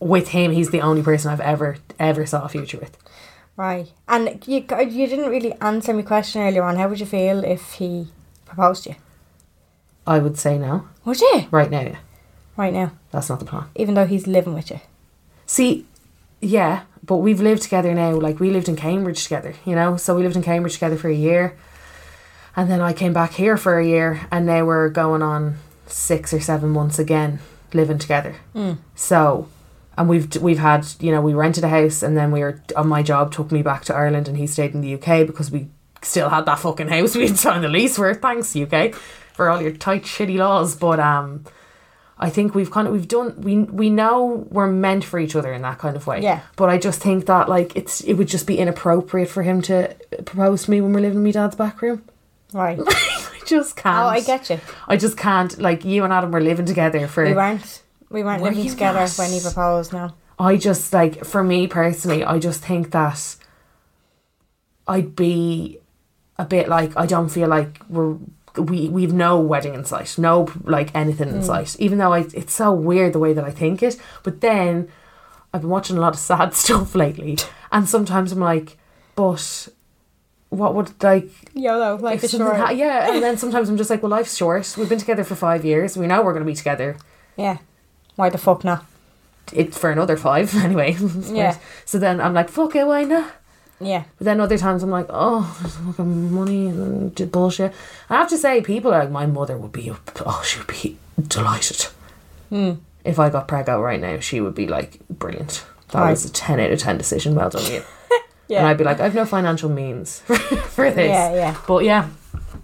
S3: with him, he's the only person I've ever ever saw a future with.
S2: Right. And you, you didn't really answer my question earlier on. How would you feel if he proposed to you?
S3: I would say no
S2: Would you?
S3: right now. yeah.
S2: Right now.
S3: That's not the plan.
S2: Even though he's living with you.
S3: See, yeah, but we've lived together now. Like we lived in Cambridge together, you know. So we lived in Cambridge together for a year, and then I came back here for a year, and now we're going on six or seven months again living together. So, and we've we've had you know we rented a house, and then we were on my job took me back to Ireland, and he stayed in the UK because we still had that fucking house we had signed the lease for. Thanks UK for all your tight shitty laws, but um. I think we've kind of we've done we we know we're meant for each other in that kind of way.
S2: Yeah.
S3: But I just think that like it's it would just be inappropriate for him to propose to me when we're living in my dad's back room.
S2: Right.
S3: I just can't.
S2: Oh, I get you.
S3: I just can't. Like you and Adam were living together for.
S2: We weren't. We weren't
S3: Were
S2: living
S3: you
S2: together
S3: not?
S2: when he proposed, no.
S3: I just like for me personally, I just think that I'd be a bit like I don't feel like we're we we've no wedding in sight, no like anything
S2: Mm.
S3: in sight. Even though I, it's so weird the way that I think it, but then I've been watching a lot of sad stuff lately, and sometimes I'm like, but what would like
S2: YOLO, life
S3: if
S2: is
S3: something
S2: short.
S3: ha- yeah, and then sometimes I'm just like, well, life's short. We've been together for five years. We know we're gonna be together
S2: yeah. Why the fuck not?
S3: it for another five anyway.
S2: Yeah.
S3: So then I'm like, fuck it, why not?
S2: Yeah.
S3: But then other times I'm like, oh, there's fucking money and d- bullshit. I have to say, people are like, my mother would be, oh, she would be delighted.
S2: Hmm.
S3: If I got preggo right now, she would be like, brilliant. That
S2: Right.
S3: was a 10 out of 10 decision. Well done, you.
S2: Yeah.
S3: And I'd be like, I've no financial means for this.
S2: Yeah, yeah.
S3: But yeah,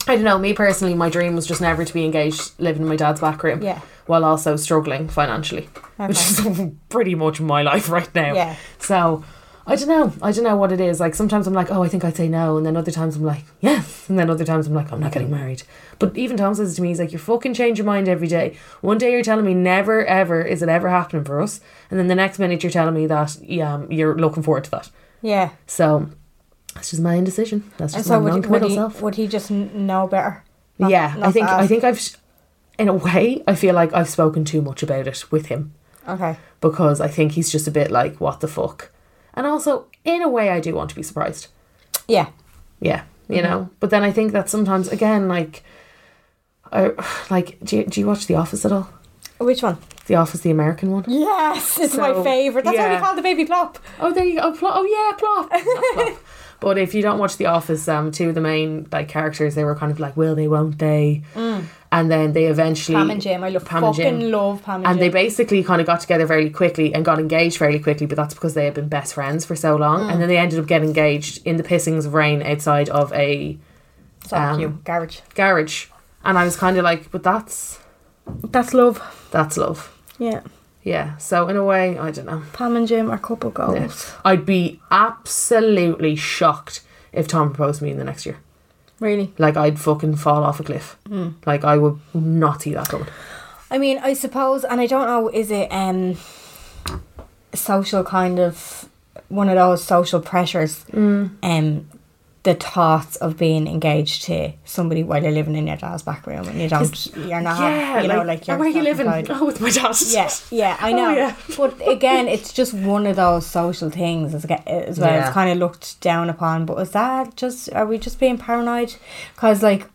S3: I don't know. Me personally, my dream was just never to be engaged living in my dad's back room.
S2: Yeah.
S3: While also struggling financially, which is pretty much my life right now.
S2: Yeah.
S3: So I don't know. I don't know what it is. Like sometimes I'm like, oh, I think I'd say no. And then other times I'm like, yeah. And then other times I'm like, I'm not getting married. But even Tom says to me, he's like, you fucking change your mind every day. One day you're telling me never, ever is it ever happening for us. And then the next minute you're telling me that yeah, um, you're looking forward to that.
S2: Yeah.
S3: So that's just my indecision. That's
S2: And
S3: just
S2: so
S3: my
S2: would he, would,
S3: non-committal
S2: he,
S3: self.
S2: would he just n- know better? Not-
S3: yeah,
S2: not
S3: I think
S2: to
S3: I
S2: ask?
S3: think I've, s- in a way, I feel like I've spoken too much about it with him
S2: Okay.
S3: because I think he's just a bit like, what the fuck, and also in a way, I do want to be surprised.
S2: Yeah.
S3: Yeah, you
S2: Mm-hmm.
S3: know. But then I think that sometimes, again, like, I like. Do you, do you watch The Office at all?
S2: Which one?
S3: The Office, the American one.
S2: Yes, it's my
S3: So,
S2: favourite. That's why
S3: yeah.
S2: we call the baby plop.
S3: Oh, there you go. Plop. Oh, yeah, plop. Not plop. But if you don't watch The Office, um, two of the main like characters, they were kind of like, will they, won't they? And then they eventually
S2: Mm. Pam and Jim. I love
S3: Pam and
S2: fucking
S3: Jim.
S2: love Pam and,
S3: And they
S2: Jim.
S3: basically kind of got together very quickly and got engaged very quickly, but that's because they had been best friends for so long. And then they ended up getting engaged in the pissings of rain outside of a
S2: It's all
S3: um,
S2: cute. Garage.
S3: garage. And I was kind of like, but that's
S2: That's love.
S3: that's love.
S2: Yeah.
S3: Yeah. So in a way, I don't know.
S2: Pam and Jim are couple goals.
S3: Yeah. I'd be absolutely shocked if Tom proposed to me in the next year.
S2: Really.
S3: Like I'd fucking fall off a cliff.
S2: Mm.
S3: Like I would not see that coming.
S2: I mean, I suppose, and I don't know, is it um social kind of one of those social pressures? Um, the thoughts of being engaged to somebody while you're living in your dad's back room and you don't, you're not, Oh, you know, like, you're
S3: where are you
S2: not
S3: living?
S2: employed.
S3: Oh, with my dad.
S2: Yeah, yeah, I
S3: Oh,
S2: know.
S3: yeah.
S2: But again, it's just one of those social things as, ge- as well.
S3: Yeah.
S2: It's kind of looked down upon. But is that just, are we just being paranoid? Because, like,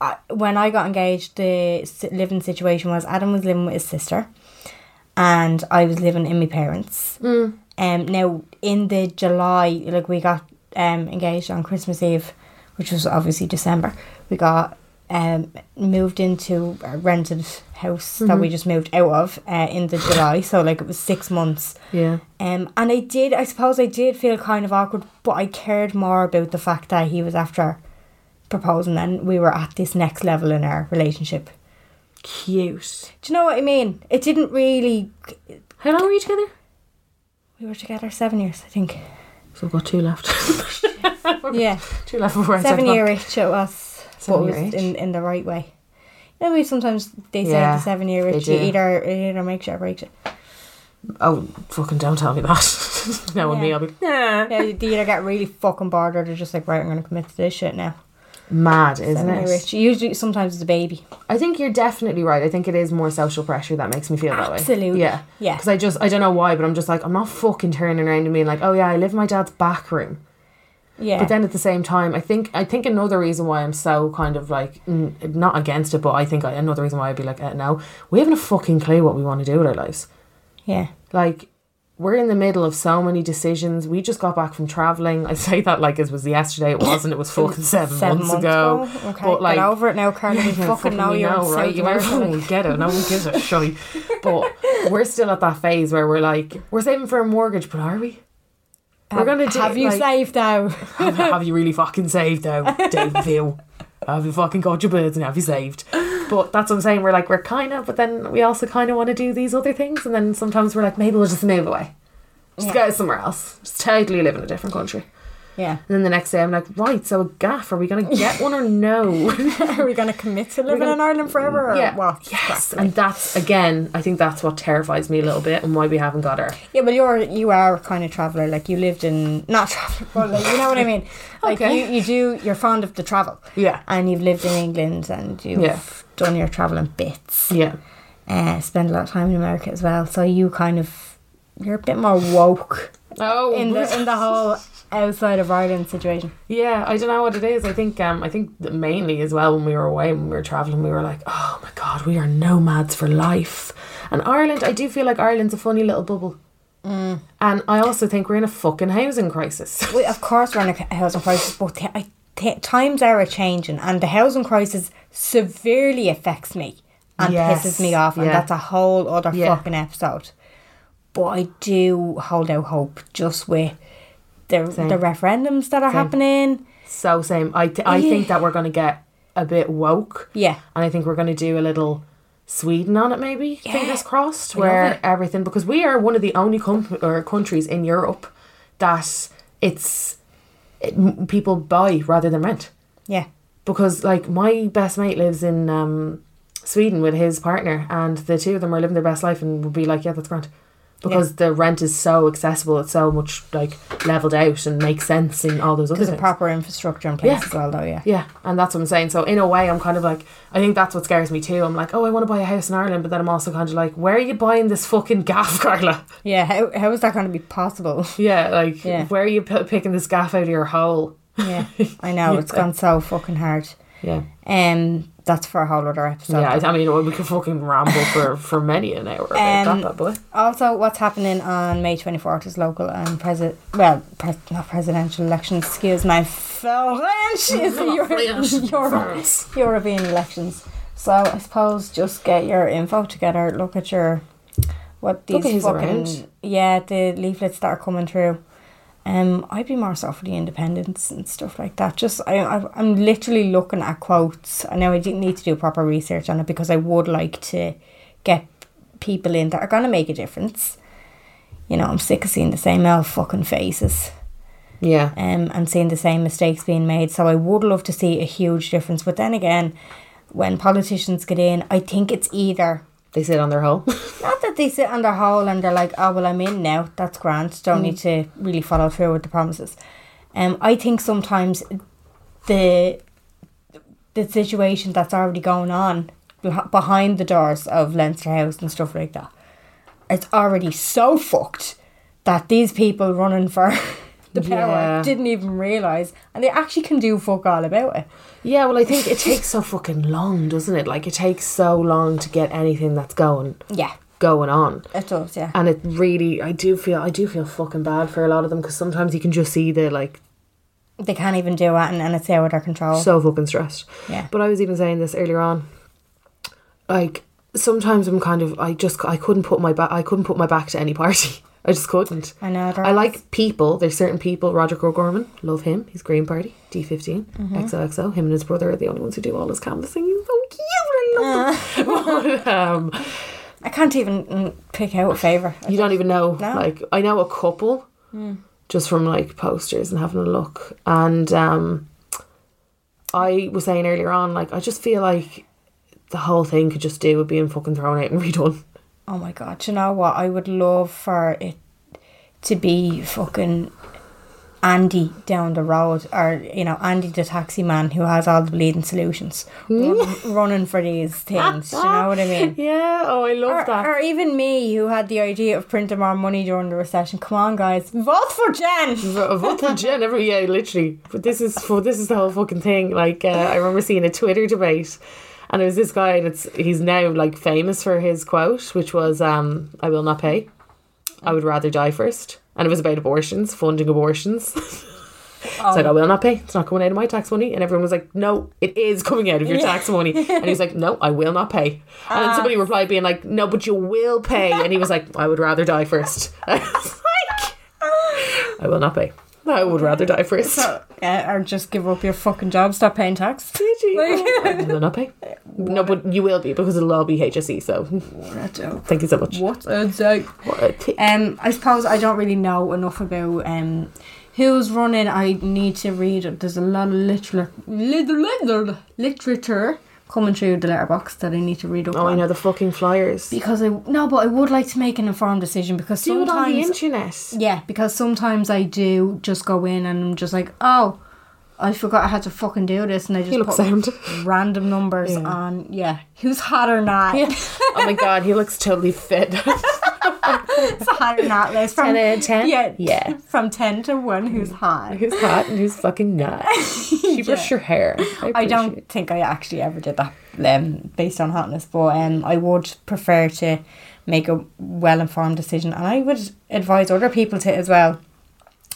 S2: I, when I got engaged, the si- living situation was Adam was living with his sister and I was living in my parents. Mm. Um, now, in the July, like, we got um, engaged on Christmas Eve, which was obviously December. We got um, moved into a rented house that
S3: Mm-hmm.
S2: we just moved out of uh, in the July. So like it was six months.
S3: Yeah.
S2: Um, and I did, I suppose I did feel kind of awkward, but I cared more about the fact that he was after proposing and we were at this next level in our relationship.
S5: Cute.
S2: Do you know what I mean? It didn't really.
S3: How long were you together?
S2: We were together seven years, I think.
S3: So I've got two left.
S2: Yeah,
S3: two left before I
S2: seven year itch it was, but
S3: Seven
S2: it
S3: year
S2: was
S3: itch.
S2: in, in the right way. You know, we sometimes they say
S3: Yeah,
S2: the seven year
S3: they
S2: itch, you
S3: do.
S2: either, it either makes you or breaks you.
S3: Oh, fucking don't tell me that. no, and me,
S2: Yeah.
S3: I'll be like, nah.
S2: Yeah, you either get really fucking bored or they're just like, right, I'm going to commit to this shit now.
S3: Mad, isn't
S2: Seven
S3: it?
S2: year itch. Usually, sometimes it's a baby.
S3: I think you're definitely right. I think it is more social pressure that makes me feel that way.
S2: Absolutely.
S3: Yeah.
S2: Yeah.
S3: Because I just, I don't know why, but I'm just like, I'm not fucking turning around and being like, oh yeah, I live in my dad's back room.
S2: Yeah.
S3: But then at the same time, I think, I think another reason why I'm so kind of like, n- not against it, but I think I, another reason why I'd be like, eh, no, we haven't a fucking clue what we want to do with our lives.
S2: yeah.
S3: Like, we're in the middle of so many decisions. We just got back from traveling. I say that like it was yesterday. It wasn't. It was fucking seven,
S2: Seven
S3: months, ago.
S2: Okay, get over it now, Carly. you fucking know
S3: we
S2: you're in
S3: know,
S2: South
S3: right? You
S2: America.
S3: won't get it. No one gives a shite. But we're still at that phase where we're like, we're saving for a mortgage, but are we? We're gonna do.
S2: Have you
S3: like,
S2: saved now?
S3: have, have you really fucking saved though, Daveville? have you fucking got your birds and have you saved? But that's what I'm saying. We're like, we're kind of, but then we also kind of want to do these other things. And then sometimes we're like, maybe we'll just move away. Just go somewhere else. Just totally live in a different country.
S2: Yeah.
S3: And then the next day I'm like, right, so a gaff, are we going to get one or no?
S2: Are we going to commit to living
S3: gonna-
S2: in Ireland forever? Or
S3: yeah.
S2: What?
S3: yes. And that's, again, I think that's what terrifies me a little bit and why we haven't got her.
S2: Yeah, but you're you are a kind of traveler. Like you lived in not traveler, but like you know what I mean. Like
S3: Okay.
S2: you, you do. You're fond of the travel.
S3: Yeah.
S2: And you've lived in England and you've
S3: Yeah.
S2: done your traveling bits.
S3: Yeah.
S2: Uh, spend a lot of time in America as well. So you kind of you're a bit more woke
S3: Oh,
S2: in the in the whole outside of Ireland situation.
S3: Yeah, I don't know what it is. I think um, I think that mainly as well when we were away, when we were traveling, we were like, oh my god, we are nomads for life. And Ireland, I do feel like Ireland's a funny little bubble.
S2: Mm.
S3: And I also think we're in a fucking housing crisis.
S2: We, of course, we're in a housing crisis, but the, I, the times are a changing, and the housing crisis severely affects me and
S3: Yes,
S2: pisses me off, and
S3: yeah.
S2: that's a whole other
S3: Yeah.
S2: fucking episode. But I do hold out hope just with the the referendums that are happening.
S3: so same. I th- I think that we're gonna get a bit woke.
S2: Yeah.
S3: And I think we're gonna do a little Sweden on it, maybe. Fingers crossed.
S2: love
S3: Where
S2: it.
S3: everything because we are one of the only com- or countries in Europe that it's it, m- people buy rather than rent.
S2: Yeah,
S3: because like my best mate lives in um Sweden with his partner and the two of them are living their best life and would be like, Yeah, that's grand. Because the rent is so accessible, it's so much like levelled out and makes sense in all those other
S2: there's a
S3: things.
S2: proper infrastructure in place
S3: Yeah.
S2: as well, though. Yeah,
S3: yeah, and that's what I'm saying. So in a way I'm kind of like I think that's what scares me too. I'm like, Oh, I want to buy a house in Ireland, but then I'm also kind of like, Where are you buying this fucking gaff, Carla?
S2: yeah. How, how is that going to be possible?
S3: Yeah, like
S2: Yeah.
S3: where are you p- picking this gaff out of your hole?
S2: yeah, I know it's gone so fucking hard.
S3: Yeah.
S2: Um, that's for a whole other episode.
S3: Yeah, I, I mean, we could fucking ramble for, for many an hour about
S2: Um,
S3: that, bad boy.
S2: Also, what's happening on May 24th is local and president, well, pres- not presidential elections, excuse my French, is the Euro- Euro- European elections. So I suppose just get your info together, look at your, what
S3: Look at
S2: these
S3: who's
S2: fucking,
S3: around.
S2: yeah, the leaflets that are coming through. Um, I'd be more so for the independence and stuff like that. Just I, I, I'm literally looking at quotes. I know I didn't need to do proper research on it because I would like to get people in that are gonna make a difference. You know, I'm sick of seeing the same old fucking faces.
S3: Yeah.
S2: Um, and seeing the same mistakes being made. So I would love to see a huge difference. But then again, when politicians get in, I think it's either
S3: They sit on their hole.
S2: not that they sit on their hole and they're like, oh, well, I'm in now. That's grand. Don't
S3: Mm.
S2: need to really follow through with the promises. Um, I think sometimes the the situation that's already going on beh- behind the doors of Leinster House and stuff like that, it's already so fucked that these people running for the power
S3: Yeah.
S2: didn't even realise and they actually can do fuck all about it.
S3: yeah, well, I think it takes so fucking long, doesn't it? Like, it takes so long to get anything that's going
S2: Yeah,
S3: going on.
S2: it does, yeah.
S3: And it really, I do feel, I do feel fucking bad for a lot of them because sometimes you can just see they're like
S2: they can't even do it and, and it's out of their control.
S3: so fucking stressed.
S2: Yeah.
S3: But I was even saying this earlier on. Like sometimes I'm kind of, I just, I couldn't put my back, I couldn't put my back to any party. I just couldn't.
S2: I know, there
S3: I
S2: is.
S3: like people. There's certain people. Roger O'Gorman, love him. He's Green Party,
S2: Mm-hmm. Uh-huh.
S3: D15, XOXO. Him and his brother are the only ones who do all his canvassing. He's so cute. I love but um,
S2: I can't even mm, pick out a favourite.
S3: you don't even know.
S2: No. Hmm.
S3: Like I know a couple just from like posters and having a look. And um, I was saying earlier on, like I just feel like the whole thing could just do with being fucking thrown out and redone.
S2: Oh my god, do you know what? I would love for it to be fucking Andy down the road, or you know, Andy the taxi man who has all the bleeding solutions,
S3: Hmm?
S2: running, running for these things. do you know what I mean?
S3: Yeah. Oh, I love
S2: Or,
S3: that.
S2: or even me, who had the idea of printing more money during the recession. Come on, guys, vote for Jen.
S3: But I've voted Jen every yeah, literally. But this is for this is the whole fucking thing. Like uh, I remember seeing a Twitter debate, and it was this guy, and it's he's now like famous for his quote, which was, um, "I will not pay. I would rather die first. And it was about abortions, funding abortions. it's like I will not pay. It's not coming out of my tax money. And everyone was like, "No, it is coming out of your tax money." And he's like, "No, I will not pay." And then somebody replied, being like, "No, but you will pay." And he was like, "I would rather die first. I was like, "I will not pay." I would rather die first.
S2: Yeah, uh, or just give up your fucking job, stop paying tax.
S3: Did you? I will not pay. No, but you will be because it'll all be HSE. So thank you so much.
S2: What a joke.
S3: What a tick.
S2: Um, I suppose I don't really know enough about um who's running. I need to read. it. There's a lot of literature, literature, literature coming through the letterbox that I need to read up.
S3: Oh, I
S2: on.
S3: know the fucking flyers.
S2: Because I no, but I would like to make an informed decision because
S3: Do it on the
S2: sometimes
S3: internet.
S2: yeah, because sometimes I do just go in and I'm just like, oh, I forgot I had to fucking do this, and I just
S3: You look
S2: put
S3: sound.
S2: random numbers on. Yeah, who's hot or not?
S3: oh my god, he looks totally fit.
S2: It's a hot or not list. From,
S3: 10 out of 10?
S2: Yeah.
S3: Yeah.
S2: From 10 to 1, who's hot?
S3: who's hot and who's fucking not? She brushed her hair. I,
S2: I
S3: appreciate
S2: don't think I actually ever did that um, based on hotness, but um, I would prefer to make a well informed decision. And I would advise other people to as well.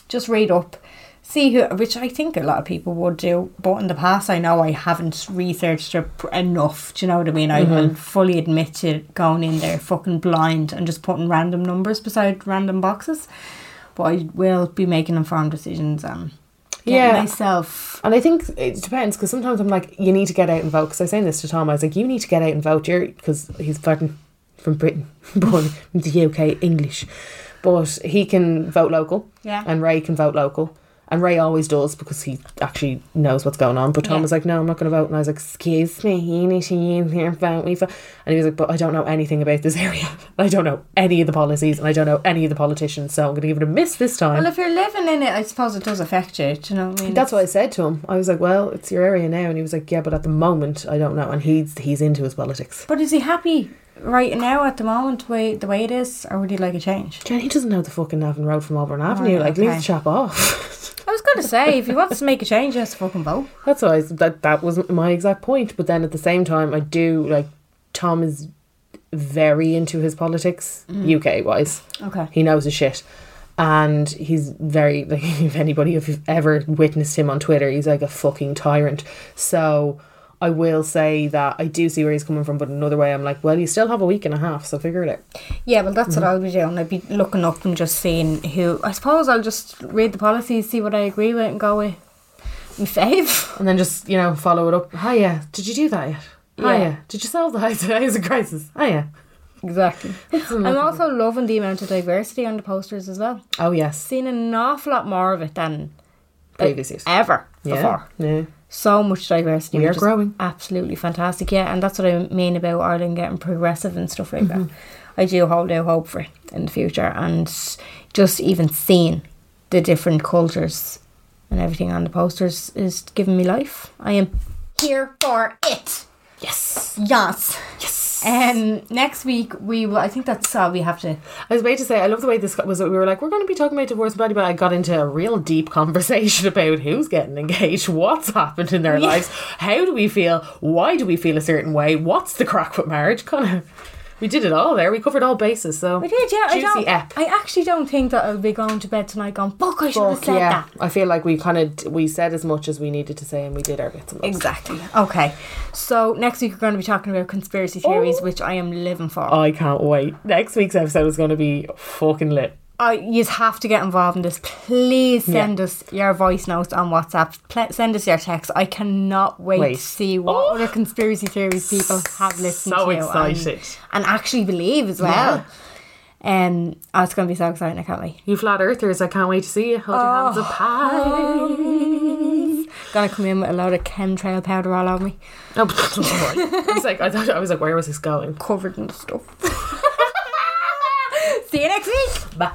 S2: Just read up, see who, which I think a lot of people would do. But in the past, I know I haven't researched it pr- enough. Do you know what I mean? I
S3: Mm-hmm.
S2: will fully admit to going in there fucking blind and just putting random numbers beside random boxes. But I will be making informed decisions and yeah.
S3: Yeah.
S2: myself.
S3: And I think it depends because sometimes I'm like, you need to get out and vote. Because I was saying this to Tom, I was like, you need to get out and vote. You're because he's fucking from Britain, born in the UK, English, but he can vote local.
S2: Yeah.
S3: And Ray can vote local, and Ray always does because he actually knows what's going on. But Tom was like, no, I'm not going to vote. And I was like, excuse me, you need to you here vote me for. And he was like, but I don't know anything about this area. I don't know any of the policies, and I don't know any of the politicians. So I'm going to give it a miss this time.
S2: Well, if you're living in it, I suppose it does affect you. Do you know what I mean?
S3: That's what I said to him. I was like, "Well, it's your area now," and he was like, "Yeah, but at the moment, I don't know." And he's he's into his politics.
S2: But is he happy right now at the moment, way the way it is, or would he like a change?
S3: Jen, he doesn't know the fucking Navan Road from Auburn Avenue. like, leave
S2: okay.
S3: the chap off.
S2: I was gonna say, if he wants to make a change, he has to fucking vote.
S3: That's why I s- that that was my exact point. But then at the same time, I do like Tom is very into his politics, UK wise.
S2: Mm. Okay.
S3: he knows his shit. And he's very like if anybody if you've ever witnessed him on Twitter, he's like a fucking tyrant. So I will say that I do see where he's coming from, but another way I'm like, well, you still have a week and a half, so figure it out.
S2: Yeah, well, that's what I'll be doing. I'd be looking up and just seeing who. I suppose I'll just read the policies, see what I agree with, and go with my fave.
S3: And then just, you know, follow it up. Hiya, did you do that yet? Hiya.
S2: Yeah.
S3: Did you solve the housing crisis? Hiya.
S2: Exactly. I'm also loving the amount of diversity on the posters as well.
S3: Oh, yes.
S2: Seen an awful lot more of it than
S3: Previous years.
S2: ever
S3: Yeah.
S2: before.
S3: Yeah.
S2: so much diversity.
S3: We are
S2: which is
S3: growing.
S2: Absolutely fantastic. Yeah, and that's what I mean about Ireland getting progressive and stuff like that. I do hold out hope for it in the future and just even seeing the different cultures and everything on the posters is giving me life. I am here for it.
S3: Yes.
S2: Yes. Yes. Um, next week we will I think that's all we have to
S3: I was about to say, I love the way this got- was. We were like, we're going to be talking about divorce and body, but I got into a real deep conversation about who's getting engaged, what's happened in their lives, how do we feel, why do we feel a certain way, what's the crack with marriage, kind of. We did it all there. We covered all bases. So
S2: I did, yeah. I
S3: juicy
S2: don't
S3: ep.
S2: I actually don't think that I'll be going to bed tonight going, Fuck I should have
S3: Fuck,
S2: said
S3: yeah,
S2: that.
S3: I feel like we kind of we said as much as we needed to say, and we did our bits. And bobs.
S2: Exactly. Okay. So next week we're going to be talking about
S3: Oh.
S2: conspiracy theories, which I am living for.
S3: I can't wait. Next week's episode is going to be fucking lit.
S2: I you have to get involved in this. Please send us your voice notes on WhatsApp. Pl- send us your texts. I cannot wait,
S3: Wait. Oh.
S2: to see what other conspiracy theories people have listened
S3: So
S2: to. and-
S3: excited.
S2: And, actually believe as well. Um, oh, it's going to be so exciting. I can't wait.
S3: You flat earthers, I can't wait to see you. Hold your hands up high.
S2: Gonna come in with a load of chemtrail powder all over me,
S3: Oh, sorry. I was like, I thought I was like, where was this going?
S2: covered in stuff. See you next week.
S3: Bah.